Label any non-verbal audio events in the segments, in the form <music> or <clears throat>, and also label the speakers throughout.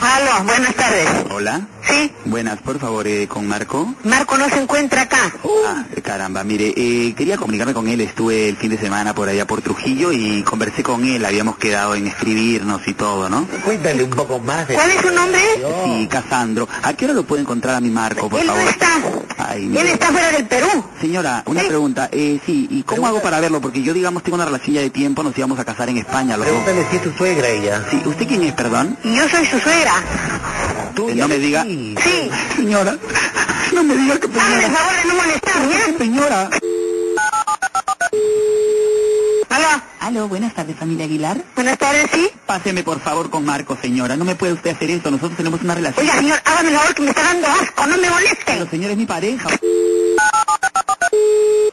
Speaker 1: Aló, buenas tardes.
Speaker 2: Hola.
Speaker 1: Sí,
Speaker 2: Buenas, por favor, eh, con Marco.
Speaker 1: Marco no se encuentra acá.
Speaker 2: Ah, caramba, mire, eh, quería comunicarme con él. Estuve el fin de semana por allá por Trujillo y conversé con él. Habíamos quedado en escribirnos y todo, ¿no?
Speaker 3: Cuéntale un poco más de...
Speaker 1: ¿Cuál es su nombre?
Speaker 2: Sí, Casandro. ¿A qué hora lo puedo encontrar a mi Marco, por
Speaker 1: Él no
Speaker 2: favor?
Speaker 1: está.
Speaker 2: Ay,
Speaker 1: Él está fuera del Perú.
Speaker 2: Señora, una pregunta. Eh, sí, ¿y cómo hago para verlo? Porque yo, digamos, tengo una relación ya de tiempo. Nos íbamos a casar en España, los dos.
Speaker 3: Pregúntale si es tu suegra ella.
Speaker 2: Sí, ¿usted quién es, perdón?
Speaker 1: Y yo soy su suegra.
Speaker 3: Tú
Speaker 2: Eh, no me diga.
Speaker 3: Sí.
Speaker 1: Sí.
Speaker 2: Señora, <laughs> no me diga que...
Speaker 1: Hazme el favor de no molestar, ¿ya?
Speaker 2: Señora.
Speaker 1: Aló.
Speaker 2: Aló, buenas tardes, familia Aguilar.
Speaker 1: Buenas tardes, sí.
Speaker 2: Páseme por favor con Marco, señora. No me puede usted hacer eso. Nosotros tenemos una relación.
Speaker 1: Oiga, señor, hágame el favor que me está dando asco. No me
Speaker 2: Pero
Speaker 1: moleste.
Speaker 2: señor es mi pareja.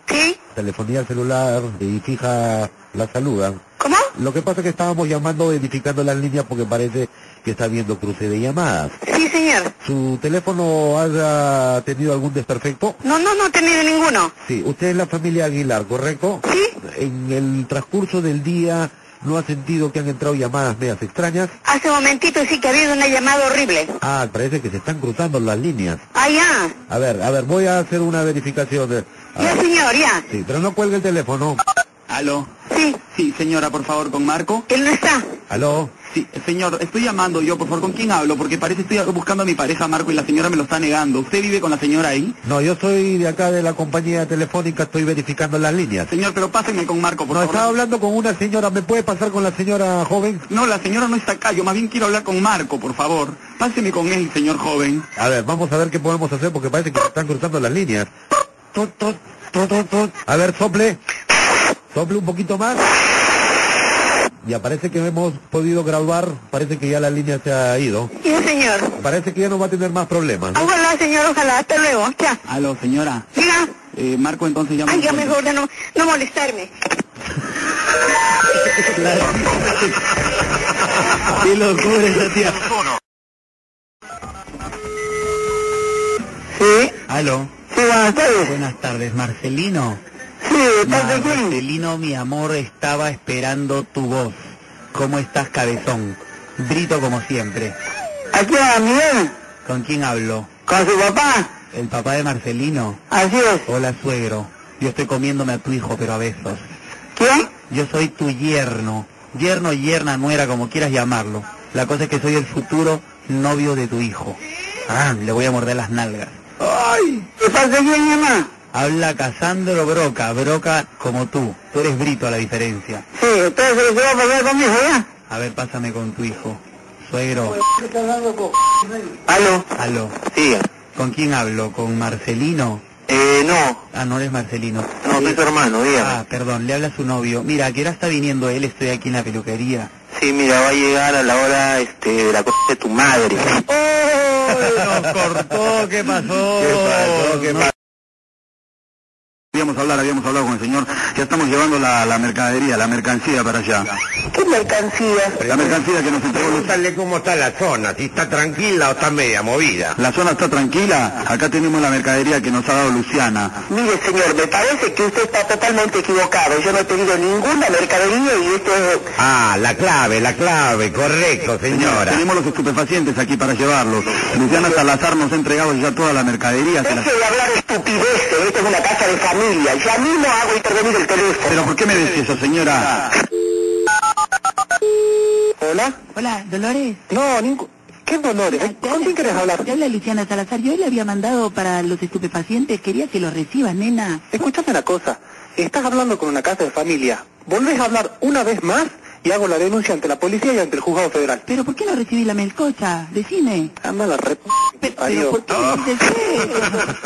Speaker 1: ¿Sí?
Speaker 3: Telefonía celular y fija la saludan.
Speaker 1: ¿Cómo?
Speaker 3: Lo que pasa es que estábamos llamando, verificando las líneas porque parece que está viendo cruce de llamadas.
Speaker 1: Sí, señor.
Speaker 3: ¿Su teléfono haya tenido algún desperfecto?
Speaker 1: No, no, no he tenido ninguno.
Speaker 3: Sí, usted es la familia Aguilar, ¿correcto?
Speaker 1: Sí.
Speaker 3: En el transcurso del día no ha sentido que han entrado llamadas medias extrañas.
Speaker 1: Hace un momentito sí que ha habido una llamada horrible.
Speaker 3: Ah, parece que se están cruzando las líneas.
Speaker 1: Ah, ya.
Speaker 3: A ver, a ver, voy a hacer una verificación. eh. A
Speaker 2: Ah.
Speaker 1: Ya,
Speaker 3: ver,
Speaker 1: señor, ya.
Speaker 3: sí, pero no cuelgue el teléfono.
Speaker 2: Aló.
Speaker 1: Sí.
Speaker 2: Sí, señora, por favor, con Marco.
Speaker 1: Él no está.
Speaker 3: ¿Aló?
Speaker 2: Sí, señor, estoy llamando yo, por favor, ¿con quién hablo? Porque parece que estoy buscando a mi pareja Marco y la señora me lo está negando. ¿Usted vive con la señora ahí?
Speaker 3: No, yo soy de acá de la compañía telefónica, estoy verificando las líneas.
Speaker 2: Señor, pero pásenme con Marco, por
Speaker 3: No, estaba
Speaker 2: favor.
Speaker 3: hablando con una señora, ¿me puede pasar con la señora joven?
Speaker 2: No, la señora no está acá. Yo más bien quiero hablar con Marco, por favor. Páseme con él, señor joven.
Speaker 3: A ver, vamos a ver qué podemos hacer porque parece que se están cruzando las líneas. Tut, tut, tut, tut, tut. A ver, sople. Sople un poquito más. Ya parece que hemos podido graduar, parece que ya la línea se ha ido.
Speaker 1: Ya, señor.
Speaker 3: Parece que ya no va a tener más problemas. ¿no?
Speaker 1: Ojalá, señor, ojalá. Hasta luego. Ya.
Speaker 2: Aló, señora.
Speaker 1: Diga.
Speaker 2: Eh, Marco, entonces llama.
Speaker 1: Ay, ya mejor de no, no molestarme.
Speaker 2: Qué locura esa tía.
Speaker 1: Sí.
Speaker 2: Aló.
Speaker 1: Sí, buenas tardes.
Speaker 2: Buenas tardes, Marcelino.
Speaker 1: Sí, ¿de parte de quién?
Speaker 2: Marcelino, mi amor, estaba esperando tu voz. ¿Cómo estás, cabezón? Brito como siempre.
Speaker 1: Aquí a Miguel,
Speaker 2: ¿Con quién hablo?
Speaker 1: con su papá.
Speaker 2: El papá de Marcelino.
Speaker 1: Así es.
Speaker 2: Hola, suegro. Yo estoy comiéndome a tu hijo, pero a besos.
Speaker 1: ¿Quién?
Speaker 2: Yo soy tu yerno. Yerno, yerna, nuera, como quieras llamarlo. La cosa es que soy el futuro novio de tu hijo. Ah, le voy a morder las nalgas.
Speaker 1: ¡Ay! ¿De parte de quién, mamá?
Speaker 2: Habla Casandro Broca, Broca como tú. Tú eres brito a la diferencia.
Speaker 1: Sí, entonces se lo que va a pasar conmigo, ¿ya?
Speaker 2: A ver, pásame con tu hijo. Suegro,
Speaker 1: Aló.
Speaker 2: aló.
Speaker 1: Sí.
Speaker 2: ¿Con quién hablo? ¿Con Marcelino?
Speaker 1: Eh, no.
Speaker 2: Ah, no eres Marcelino.
Speaker 1: No, soy tu hermano,
Speaker 2: Ah, perdón, le habla su novio. Mira, que ahora está viniendo él, estoy aquí en la peluquería.
Speaker 1: Sí, mira, va a llegar a la hora, este, de la cosa de tu madre.
Speaker 2: ¡Oh! Nos cortó, ¿qué pasó? No
Speaker 4: Habíamos hablar, habíamos hablado con el señor. Ya estamos llevando la, la mercadería, la mercancía para allá.
Speaker 1: ¿Qué mercancía?
Speaker 4: La mercancía que nos entregó Luz-
Speaker 3: Pregúntale cómo está la zona, si está tranquila o está media movida.
Speaker 4: La zona está tranquila. Acá tenemos la mercadería que nos ha dado Luciana.
Speaker 1: Mire, señor, me parece que usted está totalmente equivocado. Yo no he pedido ninguna mercadería y esto es...
Speaker 3: Ah, la clave, la clave, correcto, señora.
Speaker 4: Tenemos los estupefacientes aquí para llevarlos. Luciana Salazar nos ha entregado ya toda la mercadería. Se la-
Speaker 1: Deje de hablar estupideces, esto es una casa de familia. Ya mismo hago intervenir el teléfono.
Speaker 4: Pero ¿por qué me decís eso, señora?
Speaker 1: ¿Hola?
Speaker 5: Hola, Dolores.
Speaker 1: No, ningún... ¿Qué dolores? Ay, ¿Con quién querés hablar?
Speaker 5: Te habla Luciana Salazar. Yo le había mandado para los estupefacientes. Quería que los recibas, nena.
Speaker 1: Escúchame una cosa. Estás hablando con una casa de familia. Volvés a hablar una vez más y hago la denuncia ante la policía y ante el juzgado federal.
Speaker 5: ¿Pero por qué no recibís la melcocha? Decime.
Speaker 1: Anda la rep...
Speaker 5: Pe- ¿Pero
Speaker 1: Adiós.
Speaker 5: por qué
Speaker 4: Ah.
Speaker 1: Ah.
Speaker 5: dices eso?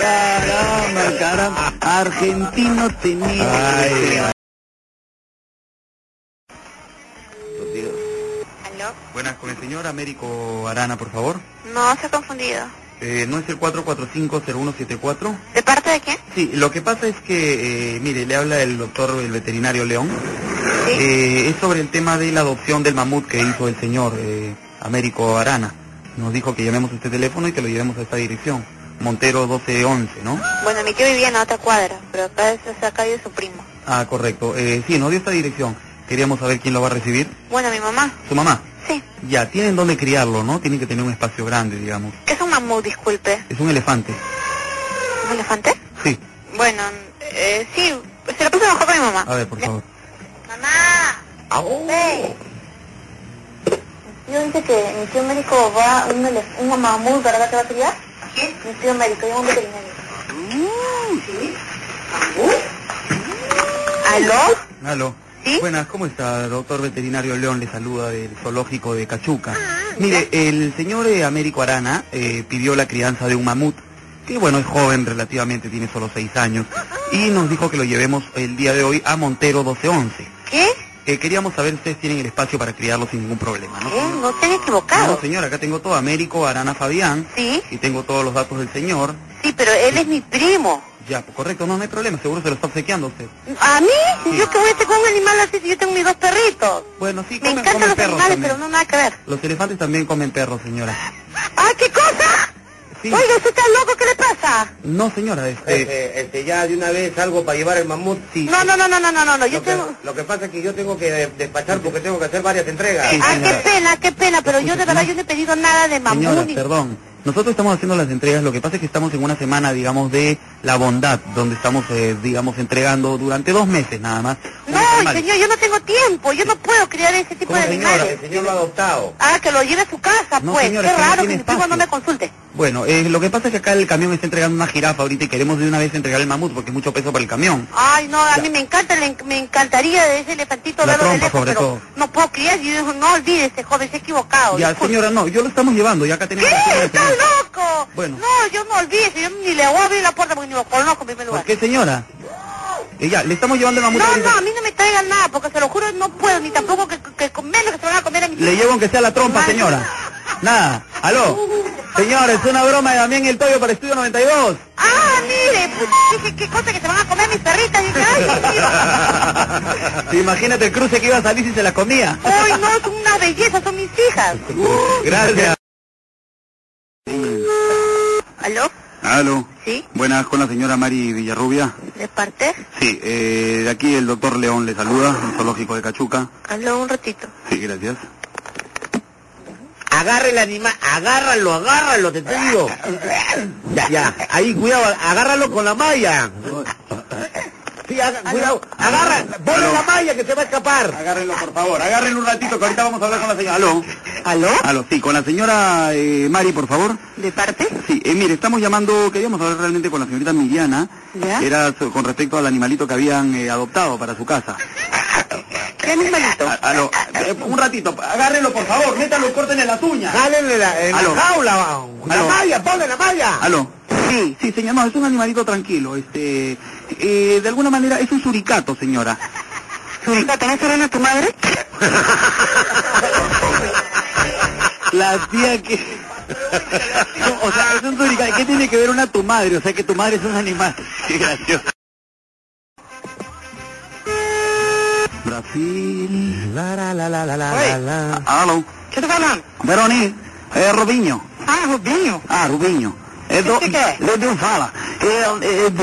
Speaker 2: Caramba, caramba. Argentino tenía.
Speaker 3: Ay,
Speaker 6: ¿Aló?
Speaker 2: Buenas, con el señor Américo Arana, por favor.
Speaker 6: <laughs> No, se ha confundido.
Speaker 2: Eh, ¿No es el 445-0174?
Speaker 6: ¿De parte de quién?
Speaker 2: Sí, lo que pasa es que, eh, mire, le habla el doctor, el veterinario León.
Speaker 6: Sí.
Speaker 2: Eh, es sobre el tema de la adopción del mamut que hizo el señor eh, Américo Arana. Nos dijo que llamemos a este teléfono y que lo llevemos a esta dirección. Montero 1211, ¿no?
Speaker 6: Bueno, mi tío vivía en otra cuadra, pero acá es acá de su primo.
Speaker 2: Ah, correcto. Eh, sí, nos dio esta dirección. Queríamos saber quién lo va a recibir.
Speaker 6: Bueno, mi mamá.
Speaker 2: ¿Su mamá?
Speaker 1: Sí.
Speaker 7: Ya, tienen dónde criarlo, ¿no? Tienen que tener un espacio grande, digamos.
Speaker 1: ¿Qué es un mamut, disculpe?
Speaker 7: Es un elefante.
Speaker 1: ¿Un elefante?
Speaker 7: Sí.
Speaker 1: Bueno, eh, sí, se lo puse mejor con mi mamá.
Speaker 7: A ver, por favor.
Speaker 1: Mamá. Ve. Yo dice que mi tío médico va a un, elef- un mamut, ¿verdad que va a criar? ¿Quién? Mi tío médico, yo un veterinario.
Speaker 7: Mm.
Speaker 1: ¿Sí? ¿Aló?
Speaker 7: Aló. Buenas, ¿cómo está? Doctor veterinario León le saluda del zoológico de Cachuca. Mire, el señor eh, Américo Arana eh, pidió la crianza de un mamut, que bueno, es joven relativamente, tiene solo seis años, y nos dijo que lo llevemos el día de hoy a Montero 1211.
Speaker 1: ¿Qué?
Speaker 7: Eh, queríamos saber si ustedes tienen el espacio para criarlo sin ningún problema, ¿no?
Speaker 1: ¿Qué? No te han equivocado.
Speaker 7: No, señor, acá tengo todo, Américo Arana Fabián,
Speaker 1: Sí,
Speaker 7: y tengo todos los datos del señor.
Speaker 1: sí, pero él es mi primo.
Speaker 7: Ya, pues, correcto, no, no hay problema, seguro se lo está obsequiando a usted.
Speaker 1: ¿A mí? ¿Yo que voy a hacer con un animal así si yo tengo mis dos perritos?
Speaker 7: Bueno, sí,
Speaker 1: Me
Speaker 7: comen,
Speaker 1: encantan
Speaker 7: comen
Speaker 1: los
Speaker 7: perros
Speaker 1: animales,
Speaker 7: también.
Speaker 1: pero no nada que ver.
Speaker 7: Los elefantes también comen perros, señora.
Speaker 1: ¡Ah, qué cosa!
Speaker 7: Sí.
Speaker 1: Oiga, usted está loco, ¿qué le pasa?
Speaker 7: No, señora, este...
Speaker 8: Este, este, ya de una vez algo para llevar el mamut.
Speaker 7: Sí,
Speaker 1: No, no, no, no, no, no, no, no, yo
Speaker 8: Lo que,
Speaker 1: tengo...
Speaker 8: lo que pasa es que yo tengo que de- despachar porque tengo que hacer varias entregas.
Speaker 7: Sí,
Speaker 1: Ah, qué
Speaker 7: señora.
Speaker 1: pena, qué pena, pero yo de verdad yo no he pedido nada de
Speaker 7: señora,
Speaker 1: mamón. ni-
Speaker 7: perdón. Nosotros estamos haciendo las entregas, lo que pasa es que estamos en una semana, digamos, de la bondad, donde estamos, eh, digamos, entregando durante dos meses nada más. unos
Speaker 1: No,
Speaker 7: animales.
Speaker 1: señor, yo no tengo tiempo, yo no puedo criar ese tipo de
Speaker 7: ¿Cómo, señora?
Speaker 1: animales.
Speaker 8: El señor lo ha adoptado.
Speaker 1: Ah, que lo lleve a su casa,
Speaker 7: No,
Speaker 1: pues.
Speaker 7: señora,
Speaker 1: qué
Speaker 7: es que no
Speaker 1: raro que
Speaker 7: tiene
Speaker 1: mi primo no
Speaker 7: espacio.
Speaker 1: me consulte.
Speaker 7: Bueno, eh, lo que pasa es que acá el camión está entregando una jirafa ahorita y queremos de una vez entregar el mamut porque es mucho peso para el camión.
Speaker 1: Ay, no, a mí me encanta, le- me encantaría de ese elefantito
Speaker 7: La
Speaker 1: verlo de
Speaker 7: trompa,
Speaker 1: lejos,
Speaker 7: sobre
Speaker 1: pero
Speaker 7: todo.
Speaker 1: no puedo criar. Yo digo, no olvídese, joven, se ha equivocado.
Speaker 7: Ya,
Speaker 1: disculpe.
Speaker 7: señora, no, yo lo estamos llevando, ya acá tenemos... la
Speaker 1: ¿Qué?
Speaker 7: señora,
Speaker 1: ¡Está
Speaker 7: señora.
Speaker 1: loco!
Speaker 7: Bueno.
Speaker 1: No, yo no olvídese, yo ni le voy a abrir la puerta porque ni lo conozco en primer
Speaker 7: ¿Por
Speaker 1: lugar.
Speaker 7: qué, señora? Eh, ya, le estamos llevando el mamut
Speaker 1: No,
Speaker 7: ahorita.
Speaker 1: no, a mí no me traigan nada, porque se lo juro, no puedo, ni tampoco que, que comer lo que se van a comer a mi
Speaker 7: Le llevo aunque sea la trompa, señora. Nada. Aló. Señores, una broma de Damián El Toyo para Estudio
Speaker 1: <laughs>
Speaker 7: 92.
Speaker 1: Ah, mire, puta, dije, qué cosa que se van a comer mis perritas. Dije, ay, Dios mío.
Speaker 7: Imagínate el cruce que iba a salir si se las comía.
Speaker 1: Ay, no, son una belleza, son mis hijas.
Speaker 7: Gracias.
Speaker 1: ¿Aló?
Speaker 2: Aló.
Speaker 1: ¿Sí?
Speaker 2: Buenas, con la señora Mari Villarrubia.
Speaker 1: ¿De parte?
Speaker 2: Sí, eh, de aquí el doctor León le saluda, un zoológico de Cachuca.
Speaker 1: Aló, un ratito.
Speaker 2: Sí, gracias.
Speaker 8: Agarra el animal, agárralo, agárralo, te, te digo. Ya, ya, ahí, cuidado, agárralo con la malla. Sí, haga- cuidado, agarra, ponle la malla que se va a escapar.
Speaker 2: Agárrenlo, por favor. Agárrenlo un ratito, que ahorita vamos a hablar con la señora. Aló.
Speaker 5: ¿Aló?
Speaker 2: Aló, sí, con la señora eh, Mari, por favor.
Speaker 5: ¿De parte?
Speaker 2: Sí, eh, mire, estamos llamando, queríamos hablar realmente con la señorita Miriana.
Speaker 5: ¿Ya?
Speaker 2: Era so- con respecto al animalito que habían eh, adoptado para su casa.
Speaker 5: ¿Qué animalito?
Speaker 2: A- Aló, eh, un ratito, agárrenlo, por favor, métalo, córtenle las uñas.
Speaker 8: Jálenle la, en
Speaker 2: Aló.
Speaker 8: la jaula, la
Speaker 2: Aló.
Speaker 8: malla, ponle la malla.
Speaker 2: Aló. Sí, sí, señor, no, es un animalito tranquilo, este... eh, de alguna manera es un suricato, señora.
Speaker 5: ¿Suricato no será tu
Speaker 2: <laughs>
Speaker 5: madre?
Speaker 2: La tía que... No, o sea, es un suricato. ¿Qué tiene que ver una tu madre? O sea, que tu madre es un animal. <laughs> Qué gracioso. Brasil...
Speaker 8: La, la, la, la, la, la,
Speaker 1: Oye.
Speaker 8: la, la.
Speaker 2: Aló.
Speaker 1: ¿Qué te hablan?
Speaker 2: Ah, Veroni, é Rubinho.
Speaker 1: Ah, Rubinho.
Speaker 2: Ah, Rubinho. É do,
Speaker 1: que que é?
Speaker 2: Eu devo falar.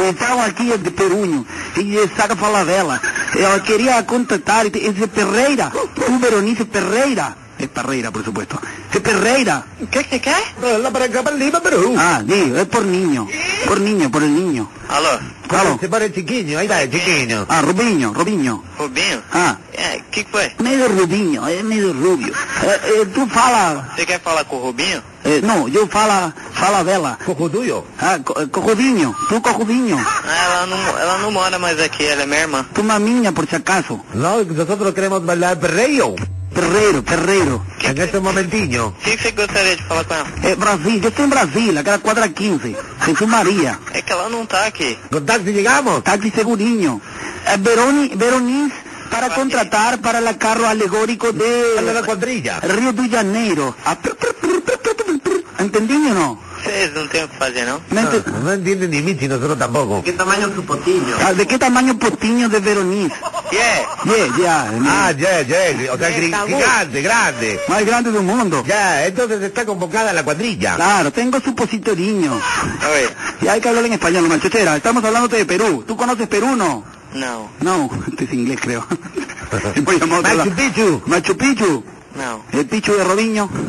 Speaker 2: Estavam aqui Eh, de Perunho e saca Palavela. Eu queria contratar esse Pereira, o Veronice Pereira. É Pereira, por supuesto. É Pereira.
Speaker 1: ¿Qué, qué, qué?
Speaker 8: No, la para acá, para Lima, Perú.
Speaker 2: Ah, digo, é por ninho. Por ninho, por el niño.
Speaker 9: Alô,
Speaker 2: Alô.
Speaker 8: Se para el chiquiño, ahí está el chiquiño.
Speaker 2: Ah, Rubinho, Rubinho.
Speaker 9: Rubinho?
Speaker 2: Ah,
Speaker 9: É, que que foi?
Speaker 2: meio Rubinho, é meio rubio. É, é, tu fala...
Speaker 9: Você quer falar com o Rubinho?
Speaker 2: é, não, eu fala... Fala vela.
Speaker 8: Coco tuyo.
Speaker 2: Ah, co- cocodinho. Tu cocodinho.
Speaker 9: Ah, ela não, ela não mora mais aqui, ela é minha irmã.
Speaker 2: Tu maminha, por si acaso.
Speaker 8: No, nosotros queremos bailar perreo.
Speaker 2: Perreiro, Perreiro.
Speaker 8: En este momentinho.
Speaker 9: O que que você gostaria de falar com ela?
Speaker 2: É Brasília, eu estou em Brasília, aquela quadra 15. Jesus Maria.
Speaker 9: É que ela não tá aqui.
Speaker 8: Con taxi llegamos.
Speaker 2: Táxi Segurinho. É Eh, Veroni, Veronis para contratar para o carro alegórico
Speaker 8: Dale la
Speaker 2: de
Speaker 8: cuadrilla.
Speaker 2: Rio de Janeiro. A pr- pr- pr- pr- pr- pr- pr- Entendi ou não?
Speaker 9: Vocês não têm o que fazer, não?
Speaker 2: Não ente-
Speaker 8: No, no entiende ni Michi, nosotros tampoco.
Speaker 7: tá
Speaker 9: Que tamanho
Speaker 7: um
Speaker 9: do potinho?
Speaker 2: Ah, De que tamanho o potinho de Veronis?
Speaker 9: Yeah!
Speaker 2: Yeah, yeah.
Speaker 8: Ah, ya, ya. O sea, gri- grande, grande.
Speaker 2: Mais grande do mundo.
Speaker 8: Ya, entonces está convocada la cuadrilla.
Speaker 2: Claro, tengo su positorinho.
Speaker 9: Oi.
Speaker 2: Y hay que hablar en español, manchechera. Estamos hablándote de Perú. ¿Tú conoces Perú, no? <laughs>
Speaker 9: Não.
Speaker 2: No, este es inglés, creo. Voy a llamar a otra
Speaker 8: Machu
Speaker 2: lado.
Speaker 8: Picchu.
Speaker 2: Machu Picchu.
Speaker 9: No.
Speaker 2: El pichu de Rodiño. <laughs>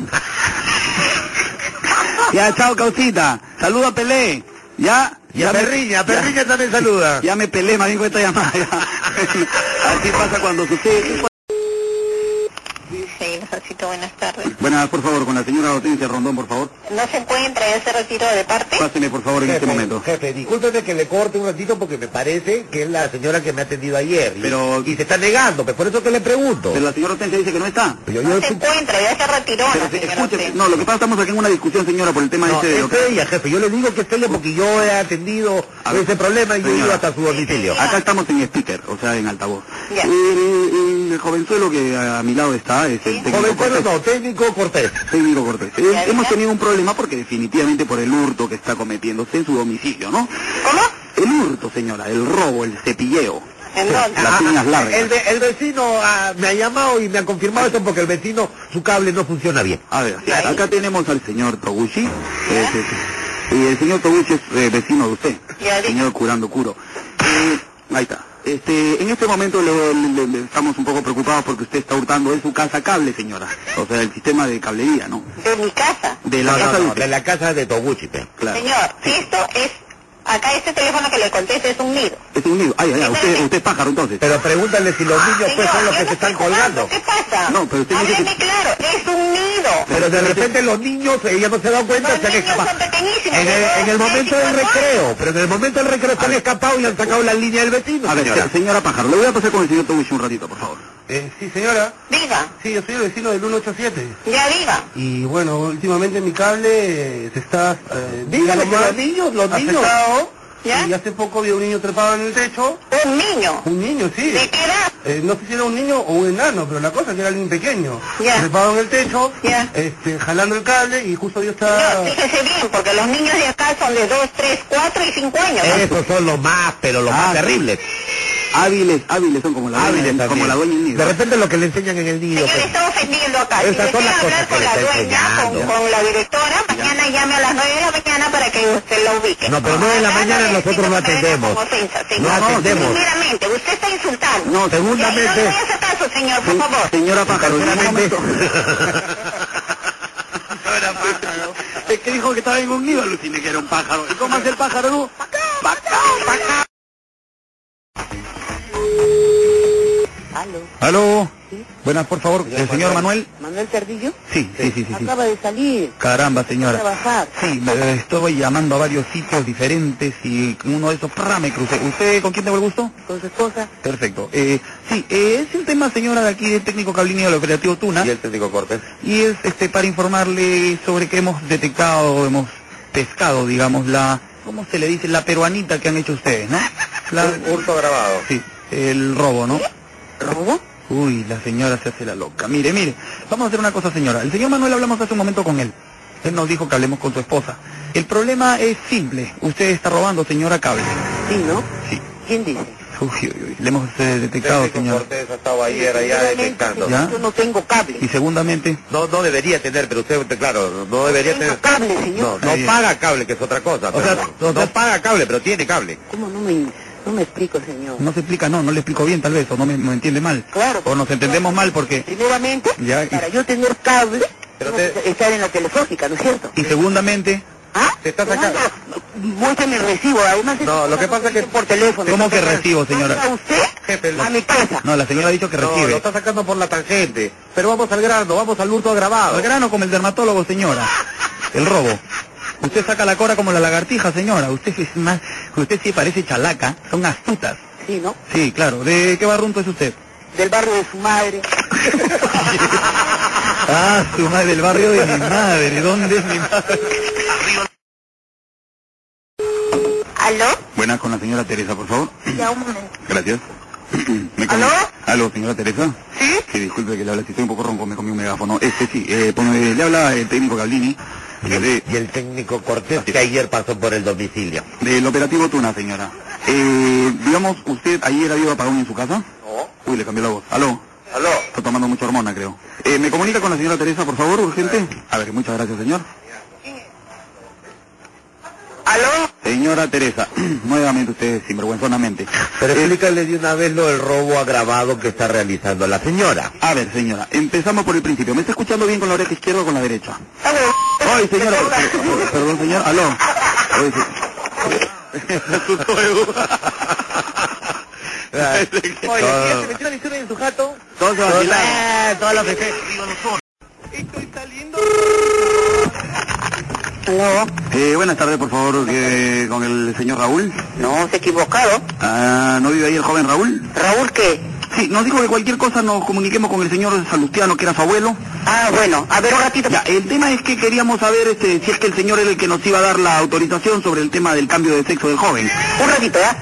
Speaker 2: ya, chao, causita. Saluda a Pelé. Ya.
Speaker 3: Y a
Speaker 2: ya me-
Speaker 3: Perriña,
Speaker 2: ya-
Speaker 3: a Perriña también saluda.
Speaker 2: Ya me pelé, más bien con esta llamada. <laughs> Así pasa cuando sucede.
Speaker 1: Sí, Rosito, buenas tardes.
Speaker 2: Buenas, por favor, con la señora Hortensia Rondón, por favor.
Speaker 1: No se encuentra, ya se retiró de parte.
Speaker 2: Páseme, por favor, en este momento.
Speaker 3: jefe, discúlpeme que le corte un ratito porque me parece que es la señora que me ha atendido ayer. Y-
Speaker 2: Pero-
Speaker 3: y se está negando, pues por eso que le pregunto.
Speaker 2: Pero la señora Hortensia dice que no está.
Speaker 3: Pero yo-
Speaker 1: No
Speaker 3: yo-
Speaker 1: se
Speaker 2: <laughs>
Speaker 1: encuentra, ya se retiró.
Speaker 2: Pero
Speaker 1: la
Speaker 2: se-
Speaker 1: señora
Speaker 2: escuche,
Speaker 1: Ortega.
Speaker 2: no, lo que pasa estamos aquí en una discusión, señora, por el tema
Speaker 3: No,
Speaker 2: este de lo
Speaker 3: es
Speaker 2: que...
Speaker 3: ella, jefe. Yo le digo que es ella porque yo he atendido
Speaker 2: A ver,
Speaker 3: ese problema y yo he ido
Speaker 2: señora. Ah,
Speaker 3: hasta su domicilio.
Speaker 2: Acá estamos en speaker, o sea, en altavoz.
Speaker 1: Ya.
Speaker 2: El, el jovenzuelo que a, a mi lado está es el técnico
Speaker 3: Joven
Speaker 2: Cortés.
Speaker 3: no, técnico Cortés.
Speaker 2: Técnico Cortés. Eh,
Speaker 1: diga.
Speaker 2: hemos tenido un problema porque definitivamente por el hurto que está cometiéndose en su domicilio, ¿no?
Speaker 1: ¿Cómo?
Speaker 2: El hurto, señora, el robo, el cepilleo.
Speaker 1: ¿En dónde?
Speaker 2: Las uñas largas.
Speaker 3: El, ve- el vecino ah, me ha llamado y me ha confirmado eso porque el vecino, su cable no funciona bien.
Speaker 2: A ver,
Speaker 1: Ya,
Speaker 2: acá tenemos al señor Toguchi. eh, que- que- y el señor Toguchi es eh, vecino de usted,
Speaker 1: Ya, diga.
Speaker 2: señor Curando Curo. Eh, ahí está. Este, en este momento le- le- le- le estamos un poco preocupados porque usted está hurtando en su casa cable, señora. O sea, el sistema de cablería, ¿no?
Speaker 1: De mi casa.
Speaker 2: De la
Speaker 3: No, no,
Speaker 2: casa de
Speaker 3: no,
Speaker 2: usted.
Speaker 3: de la casa de Toguchi, pe.
Speaker 2: Claro.
Speaker 1: Señor, esto es... Acá este teléfono que le contesta es un nido.
Speaker 2: Es un nido. Ay, ay, ay, usted, usted es pájaro entonces.
Speaker 3: Pero pregúntale si los niños pues son los
Speaker 1: yo
Speaker 3: que
Speaker 1: no
Speaker 3: se están
Speaker 1: estoy jugando,
Speaker 3: colgando.
Speaker 1: ¿Qué pasa?
Speaker 2: No, pero usted me dice
Speaker 1: Hábleme
Speaker 2: que-
Speaker 1: claro, es un nido.
Speaker 3: Pero de repente los niños, ella no se da cuenta,
Speaker 1: Los
Speaker 3: se han
Speaker 1: niños
Speaker 3: escapado.
Speaker 1: son pequeñísimos.
Speaker 3: En el, en el momento del recreo, pero en el momento del recreo se han escapado y han sacado la línea del vecino.
Speaker 2: a ver,
Speaker 3: señora.
Speaker 2: señora. pájaro, le voy a pasar con el señor Toguchi un ratito, por favor.
Speaker 3: Eh,
Speaker 10: sí, señora.
Speaker 1: Diga,
Speaker 10: Sí, yo soy el vecino del 187.
Speaker 1: ya diga.
Speaker 10: Y bueno, últimamente mi cable eh, se está... eh,
Speaker 3: Dígale que
Speaker 10: más
Speaker 3: los niños, los niños.
Speaker 10: afectado.
Speaker 1: ¿Ya?
Speaker 10: Y hace poco vi a un niño trepado en el techo.
Speaker 1: Un niño.
Speaker 10: Un niño, sí.
Speaker 1: ¿De qué edad?
Speaker 10: Eh, no sé si era un niño o un enano, pero la cosa es que era alguien pequeño.
Speaker 1: Ya.
Speaker 10: Trepado en el techo,
Speaker 1: Ya.
Speaker 10: este, jalando el cable y justo yo
Speaker 1: Señor,
Speaker 3: Ah.
Speaker 10: estaba...
Speaker 1: fíjese bien, porque los niños de acá son de 2, 3, 4 y 5 años.
Speaker 3: Esos son los más, pero los más
Speaker 2: Ah,
Speaker 3: terribles.
Speaker 2: Hábiles, hábiles son como la
Speaker 3: Hábiles
Speaker 2: dueña, como
Speaker 3: también.
Speaker 2: la dueña del nido.
Speaker 3: De repente lo que le enseñan en el nido.
Speaker 1: Señor,
Speaker 3: pues.
Speaker 1: está ofendiendo acá. Si
Speaker 3: Esas son
Speaker 1: desea
Speaker 3: las
Speaker 1: hablar
Speaker 3: cosas
Speaker 1: con
Speaker 3: que
Speaker 1: la
Speaker 3: le
Speaker 1: dueña,
Speaker 3: está
Speaker 1: con,
Speaker 3: enseñando.
Speaker 1: con la directora, mañana llame a las 9 de la mañana para que usted la ubique.
Speaker 3: No, pero nueve de la
Speaker 1: Acá
Speaker 3: mañana
Speaker 1: le
Speaker 3: nosotros no
Speaker 1: decimos que venga
Speaker 3: atendemos.
Speaker 1: con ofensa, señor.
Speaker 3: No atendemos.
Speaker 1: Primeramente, usted está insultando.
Speaker 2: No,
Speaker 3: segundamente-
Speaker 1: Ya, y No le hace caso, señor, por favor.
Speaker 2: Señora pájaro, en un momento. Es que dijo que estaba en un nido, aluciné que era un pájaro. ¿Y cómo hace el pájaro, no?
Speaker 11: Aló. Buenas, por favor, el señor Manuel.
Speaker 12: ¿Manuel Cerdillo?
Speaker 11: Sí, sí, sí, sí. sí.
Speaker 12: Acaba de salir.
Speaker 11: Caramba,
Speaker 12: a
Speaker 11: señora.
Speaker 12: trabajar.
Speaker 11: Sí, me- eh, estoy llamando a varios sitios diferentes y uno de esos, ¡prá! me crucé. ¿Usted con quién tengo el gusto?
Speaker 12: Con su esposa.
Speaker 11: Perfecto. Eh, sí, eh, es el tema, señora, de aquí del técnico cablinero del operativo Tuna.
Speaker 3: Y el técnico Cortés.
Speaker 11: Y es este para informarle sobre que hemos detectado, hemos pescado, digamos, la, ¿cómo se le dice? La peruanita que han hecho ustedes, ¿no? La-
Speaker 3: Hurto grabado.
Speaker 11: sí, el robo, ¿no? ¿Robo? Uy, la señora se hace la loca. Mire, mire, vamos a hacer una cosa, señora. El señor Manuel hablamos hace un momento con él. Él nos dijo que hablemos con su esposa. El problema es simple. Usted está robando, señora Cable.
Speaker 12: Sí, ¿no?
Speaker 11: Sí.
Speaker 12: ¿Quién dice?
Speaker 11: Uy, uy, uy. Le hemos eh, detectado, señor.
Speaker 3: Este ha estado ayer
Speaker 12: Sinceramente, señor,
Speaker 11: ¿Ya?
Speaker 12: Yo no tengo cable.
Speaker 11: Y segundamente,
Speaker 3: No, no debería tener, pero usted, claro, no debería
Speaker 12: tengo
Speaker 3: tener...
Speaker 12: cable, señor.
Speaker 3: No, no paga cable, que es otra cosa. pero
Speaker 11: sea,
Speaker 3: no, no paga cable, pero tiene cable.
Speaker 12: ¿Cómo no me, no me explico, señor?
Speaker 11: no se explica, no, no le explico bien tal vez, o no me, me entiende mal.
Speaker 12: Claro.
Speaker 11: O nos entendemos mal porque...
Speaker 12: Primeramente,
Speaker 11: Ya, y-
Speaker 12: para yo tener cable,
Speaker 3: Pero
Speaker 12: tengo
Speaker 3: te-
Speaker 12: que estar en la telefónica, ¿no es cierto?
Speaker 11: Y segundamente,
Speaker 12: ¿Ah?
Speaker 3: Te está
Speaker 12: Pero
Speaker 3: sacando-
Speaker 12: anda, Muéstrame el recibo, además... esas
Speaker 3: No, lo que
Speaker 12: cosas
Speaker 3: pasa es que-
Speaker 12: dicen Por teléfono.
Speaker 2: Pues,
Speaker 11: ¿Cómo que
Speaker 12: Entonces,
Speaker 11: recibo, señora?
Speaker 12: ¿Pasa usted
Speaker 3: Jefe, lo-
Speaker 12: a mi casa?
Speaker 11: no, la señora ha dicho que
Speaker 3: No, lo
Speaker 11: recibe.
Speaker 3: está sacando por la tangente. Pero vamos al grano, vamos al hurto grabado.
Speaker 11: Al grano como el dermatólogo, señora. El robo. Usted saca la cora como la lagartija, señora. Usted es más, usted sí parece chalaca, son astutas.
Speaker 12: Sí, ¿no?
Speaker 11: Sí, claro. ¿De qué barrunto es usted?
Speaker 12: Del barrio de su madre.
Speaker 11: Ah, su madre, del barrio de mi madre. ¿Dónde es mi madre?
Speaker 1: ¿Aló?
Speaker 2: Buenas con la señora Teresa, por favor.
Speaker 1: Ya, un momento.
Speaker 2: Gracias. <clears throat> Me comí-
Speaker 1: ¿Aló?
Speaker 2: ¿Aló, señora Teresa?
Speaker 1: ¿Sí?
Speaker 2: Sí, disculpe que le habla, si estoy un poco ronco, me comí un megáfono. Este sí, eh, ponme- le habla el técnico Gablini. de-
Speaker 3: Y el técnico Cortés que ayer pasó por el domicilio.
Speaker 2: Del operativo Tuna, señora. Eh, digamos, usted ayer había ido a pagar en su casa. Uy, le cambió la voz. Aló. Aló. Está tomando mucha hormona, creo. Eh, ¿Me comunica con la señora Teresa, por favor, urgente? A ver, muchas gracias, señor.
Speaker 1: ¿Aló?
Speaker 2: Eh, Señora Teresa, <clears throat> nuevamente usted sinvergüenzonamente.
Speaker 3: Pero explícale de una vez lo del robo agravado que está realizando la señora.
Speaker 2: A ver, señora, empezamos por el principio. ¿Me está escuchando bien con la oreja izquierda o con la derecha? Ay, señora, per- perdón, señor, aló. Oye, se- Se asustó, Edu.
Speaker 8: Oye,
Speaker 3: Todo-
Speaker 8: si ya se metió la visura en su jato.
Speaker 2: Todos se vacilaron.
Speaker 8: Ah, todos los festejos.
Speaker 2: Eh, buenas tardes, por favor, que- con el señor Raúl.
Speaker 1: No, se ha equivocado.
Speaker 2: Ah, ¿No vive ahí el joven Raúl?
Speaker 1: Raúl, ¿qué?
Speaker 2: Sí, nos dijo que cualquier cosa nos comuniquemos con el señor Salustiano, que era su abuelo.
Speaker 1: Ah, bueno, a ver un ratito.
Speaker 2: Ya, el tema es que queríamos saber este, si es que el señor era el que nos iba a dar la autorización sobre el tema del cambio de sexo del joven.
Speaker 1: Un ratito, ¿ya?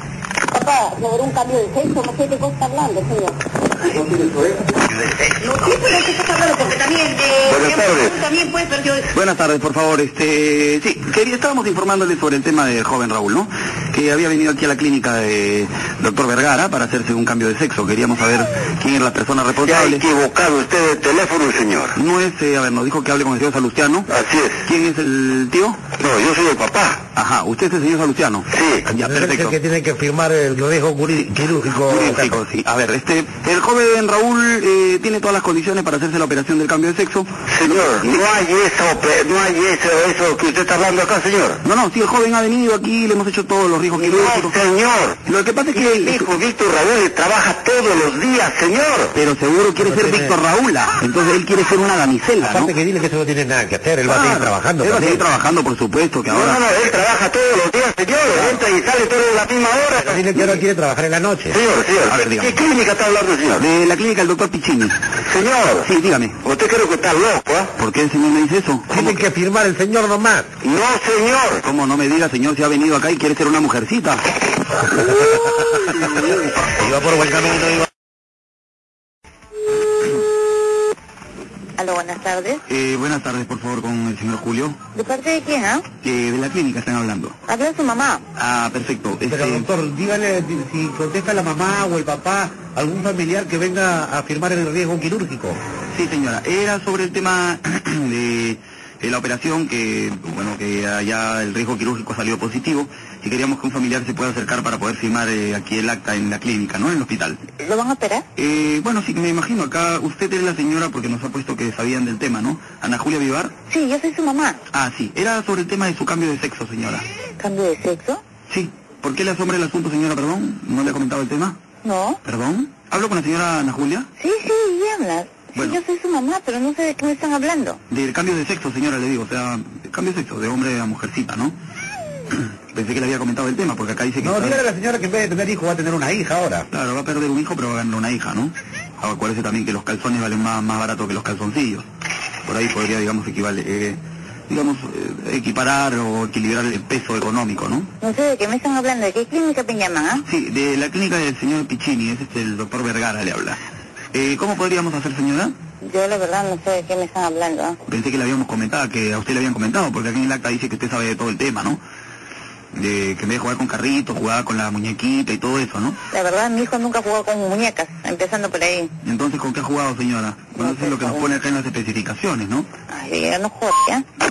Speaker 1: Papá, sobre un cambio de sexo, no sé de qué está hablando, señor. No sé, pero es que está hablando, porque también de...
Speaker 2: Buenas tardes.
Speaker 1: También puede, pero yo...
Speaker 2: Buenas tardes, por favor. Este, sí, quería, estábamos informándole sobre el tema del joven Raúl, ¿no? Que había venido aquí a la clínica de doctor Vergara para hacerse un cambio de sexo. Queríamos saber quién es la persona responsable.
Speaker 13: equivocado usted de teléfono, señor.
Speaker 2: No es, eh, a ver, nos dijo que hable con el señor Salustiano.
Speaker 13: Así es.
Speaker 2: ¿Quién es el tío?
Speaker 13: No, yo soy el papá.
Speaker 2: Ajá, usted es el señor Salustiano.
Speaker 13: Sí.
Speaker 2: Ya,
Speaker 3: Es el
Speaker 2: perfecto.
Speaker 3: que tiene que firmar eh,
Speaker 2: eh,
Speaker 3: el riesgo curi- quirúrgico.
Speaker 2: Quirúrgico, sí. A ver, este, el joven Raúl eh, tiene todas las condiciones para hacerse la operación del cambio de sexo.
Speaker 13: Señor, no hay eso, pe- no hay eso, eso que usted está hablando acá, señor.
Speaker 2: No, no, sí, el joven ha venido aquí, le hemos hecho todos los riesgos
Speaker 13: No,
Speaker 2: quirúrgicos.
Speaker 13: señor.
Speaker 2: Lo que pasa es que
Speaker 13: El
Speaker 2: él,
Speaker 13: hijo Víctor Raúl trabaja todos los días, señor.
Speaker 2: pero seguro quiere ser Víctor Raúl, ah, entonces él quiere ser una damisela, Ah, ¿no?
Speaker 3: Aparte que dile que eso no tiene nada que hacer, él va a seguir
Speaker 2: Claro,
Speaker 3: trabajando.
Speaker 2: Él va a
Speaker 3: también.
Speaker 2: seguir trabajando, por supuesto, que
Speaker 13: No, no,
Speaker 2: ahora...
Speaker 13: no, él trabaja todos los días, señor. Entra y sale todos a la misma hora.
Speaker 3: Pero Dile que ahora quiere trabajar en la noche.
Speaker 13: Señor, señor.
Speaker 2: A ver, dígame.
Speaker 13: ¿Qué clínica está hablando, señor?
Speaker 2: De la clínica del doctor Pichini.
Speaker 13: Señor,
Speaker 2: Sí, dígame.
Speaker 13: usted creo que está loco, ¿ah?
Speaker 2: ¿Por qué el señor me dice eso? ¿Cómo,
Speaker 3: Tiene que firmar el señor nomás.
Speaker 13: No, señor.
Speaker 2: cómo no me diga, señor, si ha venido acá y quiere ser una mujercita?
Speaker 3: Iba por buen camino, iba-
Speaker 1: Aló, buenas tardes.
Speaker 2: <laughs> Eh, buenas tardes, por favor, con el señor Julio.
Speaker 1: ¿De parte de quién, ah?
Speaker 2: Eh, de la clínica están hablando.
Speaker 1: Habla su mamá.
Speaker 2: Ah, perfecto.
Speaker 3: Pero
Speaker 2: Este,
Speaker 3: doctor, dígale di- si contesta la mamá o el papá, algún familiar que venga a firmar el riesgo quirúrgico.
Speaker 2: Sí, señora. Era sobre el tema <clears throat> de, de la operación, que bueno, que allá el riesgo quirúrgico salió positivo y queríamos que un familiar se pueda acercar para poder firmar eh, aquí el acta en la clínica, ¿no? En el hospital.
Speaker 1: ¿Lo van a operar?
Speaker 2: Eh, bueno, sí, me imagino acá usted es la señora porque nos ha puesto que sabían del tema, ¿no? Ana Julia Vivar.
Speaker 1: Sí, yo soy su mamá.
Speaker 2: Ah, sí. Era sobre el tema de su cambio de sexo, señora.
Speaker 1: ¿Cambio de sexo?
Speaker 2: Sí. ¿Por qué le asombra el asunto, señora? Perdón, no le ha comentado el tema.
Speaker 1: No.
Speaker 2: Perdón. Hablo con la señora Ana Julia.
Speaker 1: Sí, sí, y habla. Sí,
Speaker 2: Bueno.
Speaker 1: yo soy su mamá, pero no sé de qué me están hablando.
Speaker 2: Del cambio de sexo, señora, le digo, o sea, cambio de sexo, de hombre a mujercita, ¿no? <clears throat> Pensé que le había comentado el tema, porque acá dice que...
Speaker 3: No,
Speaker 2: está-
Speaker 3: dígale a la señora que en vez de tener hijo va a tener una hija ahora.
Speaker 2: Claro, va a perder un hijo, pero va a ganar una hija, ¿no? Ah, Acuérdese también que los calzones valen más, más barato que los calzoncillos. Por ahí podría, digamos, equivale, eh, digamos, eh, equiparar o equilibrar el peso económico, ¿no?
Speaker 1: No sé de qué me están hablando. ¿De qué clínica me llaman, ah?
Speaker 2: Sí, de la clínica del señor Pichini, ese es el doctor Vergara, le habla. Eh, ¿Cómo podríamos hacer, señora?
Speaker 1: Yo la verdad no sé de qué me están hablando, ah.
Speaker 2: Pensé que le habíamos comentado, que a usted le habían comentado, porque aquí en el acta dice que usted sabe de todo el tema, ¿no? De que en vez de jugar con carritos, jugaba con la muñequita y todo eso, ¿no?
Speaker 1: La verdad, mi hijo nunca jugó con muñecas, empezando por ahí.
Speaker 2: Entonces, ¿con qué ha jugado, señora? Bueno, eso es lo que nos pone acá en las especificaciones, ¿no?
Speaker 1: Ay, ya no juega, ¿ya?
Speaker 2: Ah,